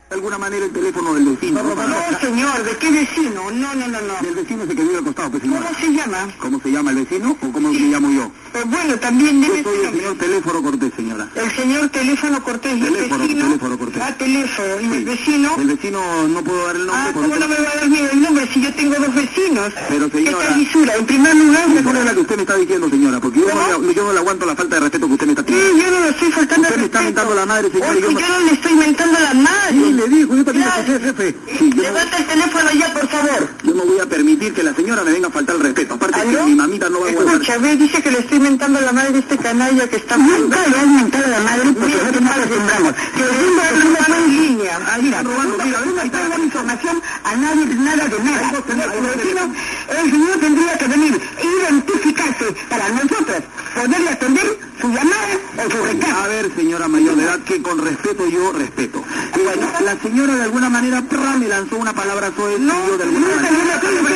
Speaker 2: De alguna manera el teléfono del vecino.
Speaker 1: No, Oh, señor, ¿de qué vecino? No, no, no, no.
Speaker 2: Del vecino ese que vive al costado, pues, señora.
Speaker 1: ¿Cómo se llama?
Speaker 2: ¿Cómo se llama el vecino o cómo me llamo yo?
Speaker 1: Eh, bueno, también
Speaker 2: Yo
Speaker 1: debe
Speaker 2: soy el
Speaker 1: ser
Speaker 2: señor Teléfono Cortés, señora.
Speaker 1: el señor teléfono Cortés. ¿y el
Speaker 2: Teléfono,
Speaker 1: vecino?
Speaker 2: teléfono Cortés.
Speaker 1: Ah, teléfono. ¿Y el vecino?
Speaker 2: El vecino no puedo dar el nombre
Speaker 1: Ah,
Speaker 2: porque...
Speaker 1: ¿cómo no me va a dar miedo el nombre si yo tengo dos vecinos?
Speaker 2: Pero, señora-
Speaker 1: Esta lisura, en primer lugar...
Speaker 2: Esa es la que usted me está diciendo, señora, porque yo no, le- yo no le aguanto la falta de respeto que usted me está
Speaker 1: Sí,
Speaker 2: teniendo.
Speaker 1: yo no le estoy faltando
Speaker 2: Usted me
Speaker 1: el
Speaker 2: está mentando la madre, señora,
Speaker 1: Oye,
Speaker 2: yo no-
Speaker 1: yo no le estoy mentando la madre.
Speaker 2: Sí, le digo, yo también
Speaker 1: Claro.
Speaker 2: le escuché, jefe. Sí, yo, no,
Speaker 1: Levanta el teléfono ya, por favor.
Speaker 2: yo no voy a permitir que la señora me venga a faltar el respeto. Aparte, que
Speaker 1: ¿Aló?
Speaker 2: mi mamita no va a aguantar.
Speaker 1: Escucha, ve, dice que le estoy mentando la madre de este canalla que está... Nunca le has mentado la madre porque no te malas sembramos. Te digo que no fue en línea. Mira, robando, mira, no estoy dando información a nadie, nada de nada. Los vecinos, el señor tendría que venir e identificarse para nosotros poderle atender su llamada o su recado.
Speaker 2: A ver, señora mayor de edad, que con respeto yo respeto. Y bueno, la señora de alguna manera pra, me lanzó una palabra sobre no, yo de alguna
Speaker 1: no,
Speaker 2: manera.
Speaker 1: no, no, no, no,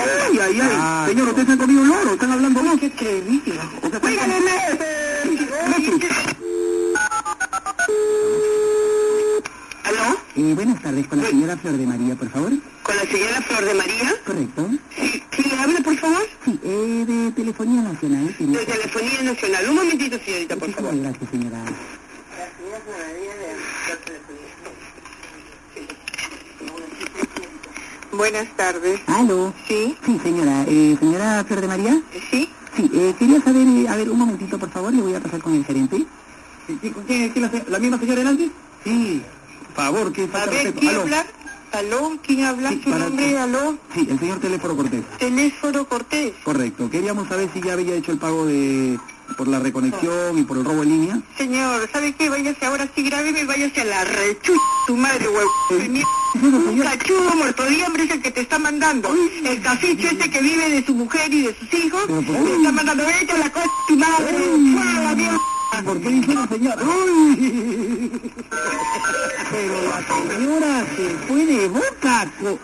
Speaker 2: Ay, ay, ay.
Speaker 3: Ah,
Speaker 2: Señor, ustedes han comido un loro, están hablando no.
Speaker 1: ¡Qué atrevido! ¡Oigan, eh, ¿Aló?
Speaker 2: Eh, buenas tardes, con la señora Flor de María, por favor.
Speaker 1: ¿Con la señora Flor de María?
Speaker 2: Correcto.
Speaker 1: Sí, sí, habla, por favor.
Speaker 2: Sí, eh, de Telefonía Nacional, señor.
Speaker 1: De Telefonía Nacional. Un momentito, señorita, por favor.
Speaker 2: Muchísimas gracias, señora.
Speaker 1: Buenas tardes.
Speaker 2: ¿Aló?
Speaker 1: ¿Sí?
Speaker 2: Sí, señora. Eh, ¿Señora Flor de María?
Speaker 1: ¿Sí?
Speaker 2: Sí, eh, quería saber, eh, a ver, un momentito, por favor, le voy a pasar con el gerente. la, misma señora delante? Sí. Por favor, que
Speaker 1: A
Speaker 2: falta de
Speaker 1: ver,
Speaker 2: respeto.
Speaker 1: ¿quién
Speaker 2: Aló.
Speaker 1: habla? ¿Aló? ¿Quién habla?
Speaker 2: Sí,
Speaker 1: ¿Su
Speaker 2: para-
Speaker 1: nombre? ¿Aló?
Speaker 2: Sí, el señor Teléfono Cortés.
Speaker 1: Teléfono Cortés.
Speaker 2: Correcto. Queríamos saber si ya había hecho el pago de por la reconexión y por el robo en línea.
Speaker 1: Señor, ¿sabe qué? Váyase ahora sí grave, váyase a la rechu... Tu madre, huevo. de mierda. Un <laughs> cachudo muerto de hambre es el que te está mandando. El cacicho este que vive de su mujer y de sus hijos.
Speaker 2: Pero, ¿por
Speaker 1: Te
Speaker 2: qué?
Speaker 1: está mandando. Vete a la cosa, tu madre. fuera la mierda.
Speaker 2: ¿Por qué dijeron señor? ¡Uy! Pero la señora se fue de boca. co-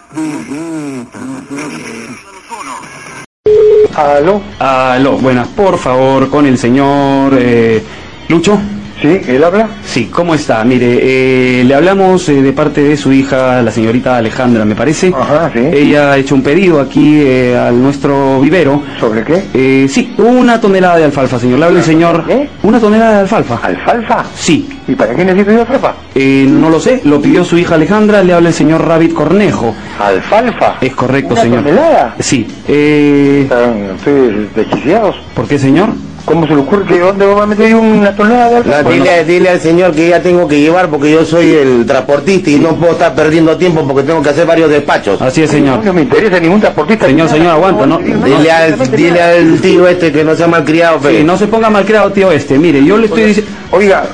Speaker 21: Aló, buenas, por favor, con el señor eh, Lucho. Sí, él habla. Sí, ¿cómo está? Mire, eh, le hablamos eh, de parte de su hija, la señorita Alejandra, me parece. Ella ha hecho un pedido aquí eh, al nuestro vivero. ¿Sobre qué? sí, una tonelada de alfalfa, señor. Le habla el señor. Una tonelada de alfalfa. ¿Alfalfa? Sí. ¿Y para qué necesito yo alfalfa? no lo sé, lo pidió su hija Alejandra, le habla el señor Rabbit Cornejo. ¿Alfalfa? Es correcto,
Speaker 22: ¿Una
Speaker 21: señor.
Speaker 22: tonelada?
Speaker 21: Sí. Eh... Están ustedes desquiciados. ¿Por qué, señor? ¿Cómo se le ocurre que dónde va a meter una tonelada de
Speaker 2: No, dile, dile al señor que ya tengo que llevar porque yo soy el transportista y no puedo estar perdiendo tiempo porque tengo que hacer varios despachos.
Speaker 21: Así es, señor.
Speaker 2: No me interesa ningún transportista.
Speaker 21: Señor, señor, aguanta, ¿no?
Speaker 2: Dile al, dile al tío este que no sea malcriado, fe.
Speaker 21: Sí, no se ponga malcriado, tío este. Mire, yo le estoy diciendo... Oiga,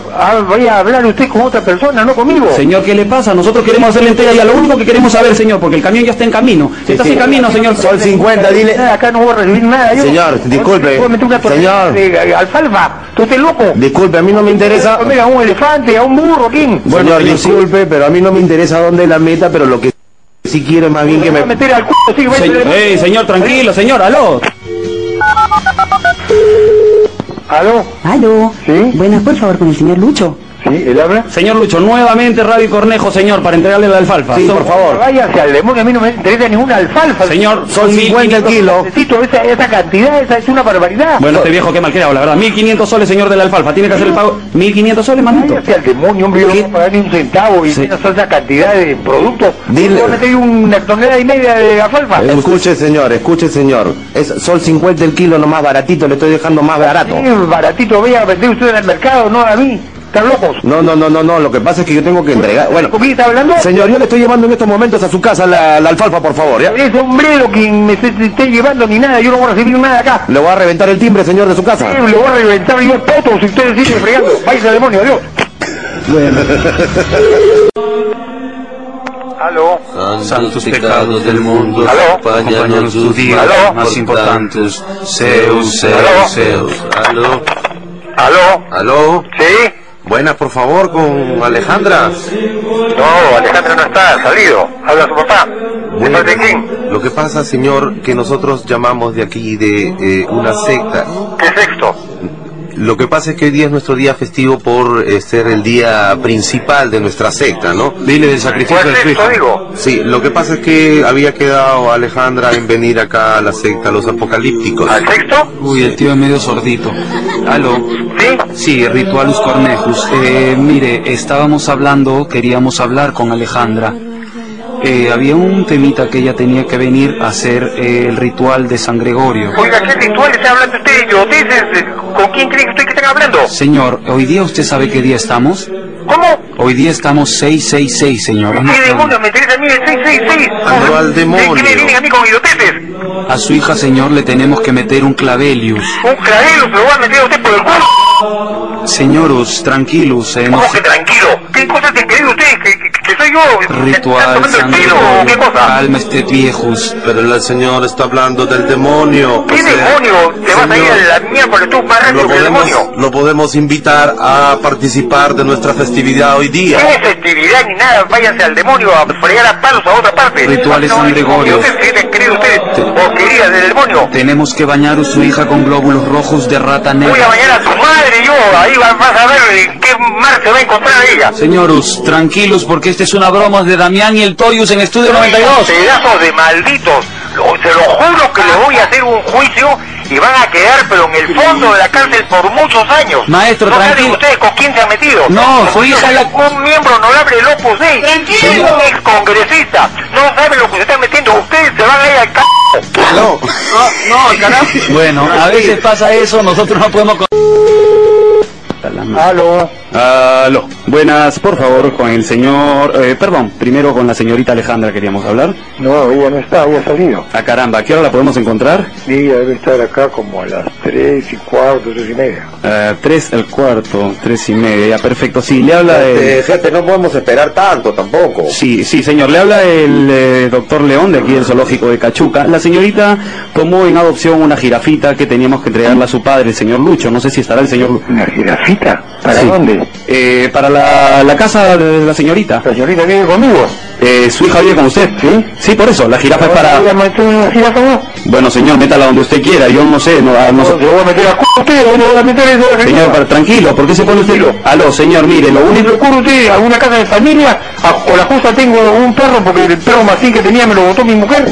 Speaker 21: vaya a hablar usted con otra persona, no conmigo. Señor, ¿qué le pasa? Nosotros queremos hacerle entrega ya. Lo único que queremos saber, señor, porque el camión ya está en camino. está
Speaker 2: sí.
Speaker 21: en camino, señor.
Speaker 2: Son 50, dile.
Speaker 21: Acá no voy a recibir nada yo.
Speaker 2: Señor, disculpe.
Speaker 21: Voy a meter una tonelada
Speaker 2: Señor.
Speaker 21: de alfalfa. ¿Tú estás loco?
Speaker 2: Disculpe, a mí no me interesa.
Speaker 21: Oiga, un elefante, a un burro, ¿quién?
Speaker 2: Señor, disculpe, pero a mí no me interesa dónde la meta, pero lo que sí quiero es más bien que me...
Speaker 21: Señor, eh, señor, tranquilo, señor, aló.
Speaker 23: ¿Aló? ¿Aló? ¿Sí? Buenas, por favor, con el señor Lucho.
Speaker 21: Sí, él habla. Señor Lucho, nuevamente Radio Cornejo, señor, para entregarle la alfalfa.
Speaker 23: Sí,
Speaker 21: por
Speaker 23: por
Speaker 21: favor.
Speaker 23: favor.
Speaker 21: Váyase al demonio, a mí no me interesa ninguna alfalfa. Señor, son 50 kilos. Necesito esa, esa cantidad, esa es una barbaridad. Bueno, este viejo qué mal la verdad. 1500 soles, señor de la alfalfa. Tiene que hacer el pago. 1500 soles, manito. Váyase al demonio, hombre, yo no voy a pagar ni un centavo y menos esa cantidad de productos. Dile. Voy a meter una tonelada y media de alfalfa.
Speaker 2: Escuche, señor, escuche, señor. Es sol 50 el kilo, nomás baratito, le estoy dejando más barato.
Speaker 21: baratito, vea, vender usted en el mercado, no a mí. ¿Están locos?
Speaker 2: No, no, no, no, no, lo que pasa es que yo tengo que entregar... Bueno,
Speaker 21: ¿Con quién está hablando?
Speaker 2: señor, yo le estoy llevando en estos momentos a su casa la, la alfalfa, por favor, ¿ya?
Speaker 21: Ese hombre lo que me se- se esté llevando ni nada, yo no voy a recibir nada acá.
Speaker 2: Le voy a reventar el timbre, señor, de su casa.
Speaker 21: Le voy a reventar yo el poto si ustedes siguen fregando. Váyase al demonio, adiós.
Speaker 24: Aló. Santos pecados del mundo, acompáñanos tus días
Speaker 21: Aló.
Speaker 24: más importantes. Zeus, Zeus, Zeus. Aló.
Speaker 25: ¿Aló? ¿Aló? ¿Sí? Buenas, por favor, con Alejandra. No, Alejandra no está, ha salido. Habla su papá. de quién? Lo que pasa, señor, que nosotros llamamos de aquí de eh, una secta. ¿Qué sexto? Lo que pasa es que hoy día es nuestro día festivo por eh, ser el día principal de nuestra secta, ¿no? Dile del sacrificio
Speaker 24: ¿Cuál del sexto, Cristo. digo?
Speaker 25: Sí, lo que pasa es que había quedado Alejandra en venir acá a la secta Los Apocalípticos. ¿Al sexto?
Speaker 24: Uy, el tío es medio sordito. Aló. ¿Sí? Sí, Ritualus Cornejus. Eh, mire, estábamos hablando, queríamos hablar con Alejandra. Eh, había un temita que ella tenía que venir a hacer eh, el ritual de San Gregorio.
Speaker 25: Oiga, ¿qué ritual está hablando usted? Yo, ¿Con quién cree usted que están hablando?
Speaker 24: Señor, hoy día usted sabe qué día estamos.
Speaker 25: ¿Cómo?
Speaker 24: Hoy día estamos 666, señor.
Speaker 25: ¿Qué demonio me interesa a mí el 666? Ando al demonio. ¿Qué me vienen a mí con idioteces?
Speaker 24: A su hija, señor, le tenemos que meter un clavelius.
Speaker 25: Un clavelo se lo va a meter a usted por el culo.
Speaker 24: Señorus, tranquilos, eh, no
Speaker 25: ¿Cómo
Speaker 24: se-
Speaker 25: que tranquilo? ¿Qué cosa te cree usted? ¿Que, que, que soy yo?
Speaker 24: Ritual, San Gregorio, calma este viejos.
Speaker 25: Pero el señor está hablando del demonio. ¿Qué demonio? Te vas a ir a la miércoles tú, más rápido que el demonio. Lo podemos invitar a participar de nuestra festividad hoy día. ¿Qué festividad ni nada? Váyanse al demonio a fregar a palos a otra parte.
Speaker 24: Rituales San Gregorio.
Speaker 25: Porquería del demonio.
Speaker 24: Tenemos que bañar a su hija con glóbulos rojos de rata
Speaker 25: Voy a
Speaker 24: negra.
Speaker 25: bañar a tu madre yo, ahí va- vas a ver en qué mar se va a encontrar ella.
Speaker 24: Señorus, tranquilos, porque esta es una broma de Damián y el Toyus en Estudio 92.
Speaker 25: Pedazos de malditos, Lo- se lo juro que les voy a hacer un juicio y van a quedar pero en el fondo de la cárcel por muchos años.
Speaker 24: Maestro,
Speaker 25: no saben
Speaker 24: tranquilo.
Speaker 25: ustedes con quién se ha metido.
Speaker 24: No,
Speaker 25: Con
Speaker 24: su hija la-
Speaker 25: Un miembro honorable del Opus Dei.
Speaker 24: Tranquilo.
Speaker 25: Un ex congresista. No saben lo que se están metiendo. Ustedes se van a ir al c...
Speaker 24: No,
Speaker 25: no, al carajo.
Speaker 24: Bueno, a veces pasa eso, nosotros no podemos... con-
Speaker 21: Aló. Aló. Buenas, por favor, con el señor... eh, perdón, primero con la señorita Alejandra queríamos hablar.
Speaker 26: No, ella no está, había salido.
Speaker 21: Ah, caramba, ¿a qué hora la podemos encontrar?
Speaker 26: Sí, ella debe estar acá como a las tres y cuarto, tres y media.
Speaker 21: Eh, tres al cuarto, tres y media, ya, perfecto. Sí, le habla de...
Speaker 25: Gente, no podemos esperar tanto tampoco.
Speaker 21: Sí, sí, señor. Le habla el eh, doctor León de aquí del zoológico de Cachuca. La señorita tomó en adopción una jirafita que teníamos que entregarla a su padre, el señor Lucho. No sé si estará el señor... ¿Una
Speaker 27: Eh,
Speaker 21: jirafita? ¿Para dónde? para la, la casa de la señorita. ¿La señorita vive conmigo?
Speaker 27: Eh, ¿Su hija vive con usted? Sí. Sí, por eso, la jirafa es para... Bueno, señor, métala donde usted quiera, yo no sé, no... a- no sé.
Speaker 25: voy a meter a
Speaker 27: Señor, para- tranquilo, ¿por qué se pone usted...? Aló, señor, mire, lo único...
Speaker 25: usted alguna casa de familia? A, o la cosa tengo un perro porque el perro masín que tenía me lo botó mi mujer.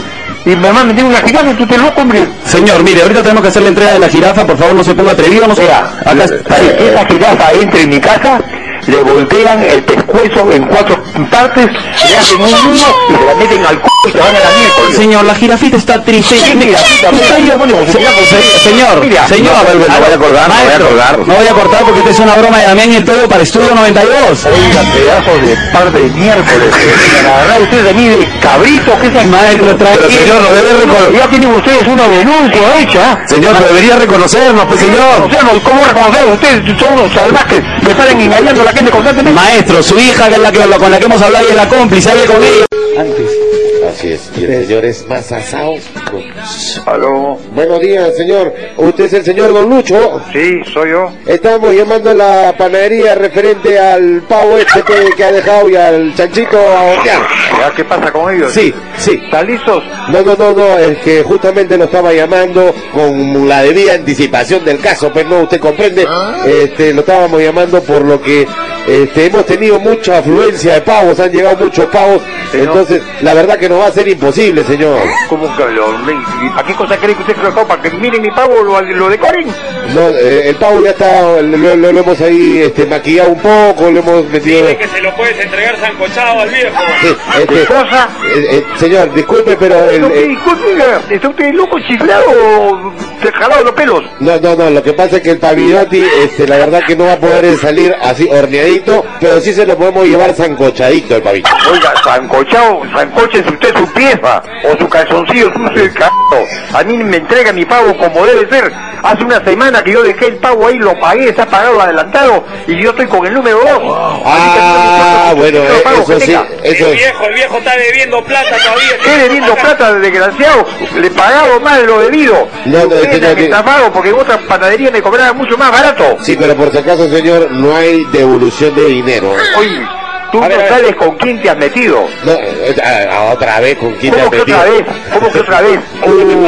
Speaker 25: Y mi mamá me tiene una gigante, tú te loco, hombre.
Speaker 27: Señor, mire, ahorita tenemos que hacer la entrega de la jirafa, por favor, no se ponga atrevido, no se... Acá está...
Speaker 25: Esa jirafa entra en mi casa, le voltean el pescuezo en cuatro partes, le hacen un nudo y se la meten al c*** y se van a la miércoles.
Speaker 27: Señor, la jirafita está triste.
Speaker 25: ¿Qué jirafita?
Speaker 27: Me está-
Speaker 25: Mira, bueno,
Speaker 27: Se-
Speaker 25: mira, pues,
Speaker 27: se- Señor,
Speaker 25: mira.
Speaker 27: señor,
Speaker 25: No, no vaya a colgar, no vaya a
Speaker 27: Maestro,
Speaker 25: colgar.
Speaker 27: No voy a cortar porque esta es una broma de Damián y el pedo para Estudio 92.
Speaker 25: Oiga, pedazo de par de miércoles. La verdad, ustedes de mí de cabrito, <laughs> que es
Speaker 27: Maestro, tranquilo.
Speaker 25: Señor, lo debe reconocer. Ya tienen ustedes una denuncia hecha.
Speaker 27: Señor, lo debería reconocernos, pues señor.
Speaker 25: Señor, ¿cómo reconocer? Ustedes son unos salvajes. Me salen engañando a la gente constantemente.
Speaker 27: Maestro, su hija que es la que, la- con la que hemos hablado y es la cómplice, hable con ella.
Speaker 24: Así es, y el señor es más asado. Aló. Buenos días, señor. ¿Usted es el señor Don Lucho? Sí, soy yo. Estamos llamando a la panadería referente al pavo este que, que ha dejado y al chanchito a hornear.
Speaker 25: ¿Qué pasa con ellos?
Speaker 24: Sí, sí.
Speaker 25: ¿Están listos?
Speaker 24: No, no, no, no, es que justamente lo estaba llamando con la debida anticipación del caso, pues no, usted comprende, este, lo estábamos llamando por lo que este, hemos tenido mucha afluencia de pavos, han llegado muchos pavos, entonces la verdad que nos va a ser imposible, señor.
Speaker 25: ¿Cómo que lo ¿A qué cosa cree que usted lo copa? ¿Que miren mi pavo lo, lo decoren?
Speaker 24: No, eh, el pavo ya está, lo, lo- lo hemos ahí este, maquillado un poco, lo hemos metido...
Speaker 28: que se lo puedes entregar sancochado al viejo.
Speaker 24: Sí, este,
Speaker 25: cosa?
Speaker 24: eh, eh, señor, disculpe, pero... el-
Speaker 25: No, que
Speaker 24: el-
Speaker 25: disculpe, oiga, ¿está usted loco, chiflado o te jalado los pelos?
Speaker 24: No, no, no, lo que pasa es que el pavilloti, este, la verdad que no va a poder salir así horneadito, pero sí se lo podemos llevar sancochadito el pabellón.
Speaker 25: Oiga, sancochado, sancoches usted su pieza o su calzoncillo sucio y cagado. A mí me entrega mi pago como debe ser. Hace una semana que yo dejé el pago ahí, lo pagué, está pagado adelantado y yo estoy con el número 2.
Speaker 24: Ah, bueno, eh, eso sí, eso es.
Speaker 28: El viejo está debiendo plata todavía.
Speaker 25: ¿Qué debiendo plata, desgraciado? Le pagaba más de lo debido.
Speaker 24: No, no,
Speaker 25: Ustedes
Speaker 24: señor,
Speaker 25: han
Speaker 24: que-
Speaker 25: estafado porque en otras panaderías me cobraban mucho más barato.
Speaker 24: Sí, pero por si acaso, señor, no hay devolución de dinero.
Speaker 25: Oye, tú no sabes con quién te has metido.
Speaker 24: No, eh, ah, otra vez, ¿con quién te
Speaker 25: ¿Cómo
Speaker 24: has
Speaker 25: que otra
Speaker 24: metido?
Speaker 25: vez? ¿Cómo que otra vez?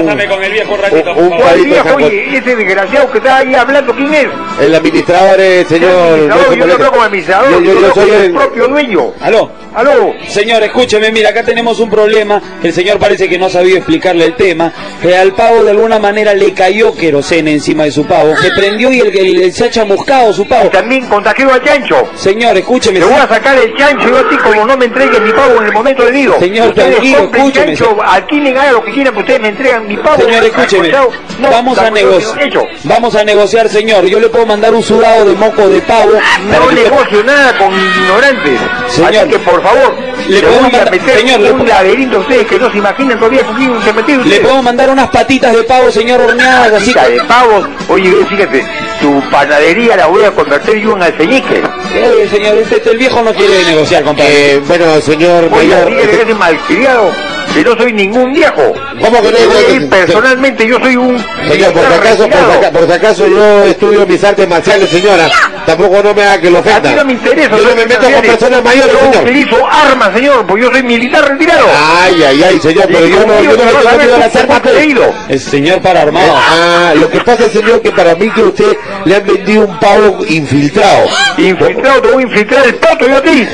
Speaker 28: Pásame con el viejo un ratito.
Speaker 24: Un
Speaker 25: Oye,
Speaker 24: palito de
Speaker 25: viejo,
Speaker 24: sancocho.
Speaker 25: oye, ese desgraciado que está ahí hablando, ¿quién es?
Speaker 24: El administrador, eh, señor...
Speaker 25: No, yo no
Speaker 24: moleste.
Speaker 25: hablo como administrador,
Speaker 24: Yo- yo- yo
Speaker 25: yo hablo
Speaker 24: soy
Speaker 25: como
Speaker 24: el-
Speaker 25: propio dueño.
Speaker 28: Aló.
Speaker 25: Aló.
Speaker 28: Señor, escúcheme, mira, acá tenemos un problema. El señor parece que no ha sabido explicarle el tema. Eh, al pavo de alguna manera le cayó querosena encima de su pavo. Se prendió y el, el- el se ha chamuscado su pavo.
Speaker 25: también contagió al chancho.
Speaker 28: Señor, escúcheme.
Speaker 25: Le voy a sacar el chancho, yo así como no me entreguen mi pavo en el momento debido.
Speaker 28: Señor,
Speaker 25: Ustedes
Speaker 28: tranquilo,
Speaker 25: compren
Speaker 28: escúcheme.
Speaker 25: Chancho, alquilen, hagan lo que quieran, pero ustedes me entregan mi pavo.
Speaker 28: Señor, escúcheme.
Speaker 25: Sancochado. No,
Speaker 28: Vamos a
Speaker 25: sancochado
Speaker 28: negociar.
Speaker 25: hecho.
Speaker 28: Vamos a negociar, señor. Yo le puedo mandar un sudado de moco de pavo. para
Speaker 25: No
Speaker 28: que-
Speaker 25: negocio nada con ignorantes.
Speaker 28: Señor.
Speaker 25: Así que por favor,
Speaker 28: Le
Speaker 25: le
Speaker 28: puedo
Speaker 25: voy a
Speaker 28: mandar-
Speaker 25: meter
Speaker 28: señor, le
Speaker 25: un
Speaker 28: puedo-
Speaker 25: laberinto a ustedes que no se imaginan todavía con quién se metieron.
Speaker 28: Le
Speaker 25: ustedes.
Speaker 28: puedo mandar unas patitas de pavo, señor, horneadas así.
Speaker 25: Patita de pavo. Oye, fíjate, tu panadería la voy a convertir yo en alfeñique.
Speaker 28: Eh, señor, este, este, el viejo no quiere negociar, compadre.
Speaker 24: Eh, bueno, señor
Speaker 25: Oiga,
Speaker 24: mayor...
Speaker 25: dígale que eres malcriado, que no soy ningún viejo.
Speaker 24: ¿Cómo que no?
Speaker 25: Yo, eh, Personalmente yo soy un...
Speaker 24: este, Señor, por si acaso, por si aca- por si acaso yo estudio mis artes marciales, señora. Tampoco no me haga que lo
Speaker 25: A mí
Speaker 24: ofenda.
Speaker 25: no me interesa.
Speaker 24: Yo no me meto con personas mayores,
Speaker 25: Yo
Speaker 24: señor. Ah,
Speaker 25: utilizo armas, señor, porque yo soy militar retirado.
Speaker 24: Ay, ay, ay, señor, pero
Speaker 25: Y
Speaker 24: yo no,
Speaker 25: conmigo
Speaker 24: yo no me
Speaker 25: no
Speaker 24: estoy
Speaker 25: vas a
Speaker 24: metiendo
Speaker 25: ver
Speaker 24: en las
Speaker 25: cómo
Speaker 24: armas,
Speaker 25: te he ido.
Speaker 28: El señor para armado.
Speaker 24: Ah, lo que pasa, señor, que para mí que usted le han vendido un pavo infiltrado.
Speaker 25: Infiltrado, te voy a infiltrar el pato yo a ti.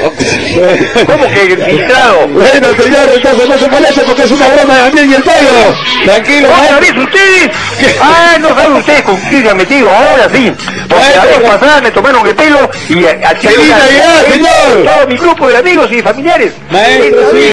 Speaker 25: ¿Cómo que infiltrado?
Speaker 24: Bueno, señor, entonces no se moleste porque es una broma de mí y el pavo. Tranquilo,
Speaker 25: ¿Otra
Speaker 24: maestro.
Speaker 25: vez ustedes? Ah, no saben ustedes con quién se han metido, ahora sí. Porque la vez pasada me tomaron el pelo y eh, a- a-
Speaker 24: ¡Feliz Navidad,
Speaker 25: a-
Speaker 24: señor!
Speaker 25: Todo mi grupo de amigos y familiares.
Speaker 28: Maestro, sí.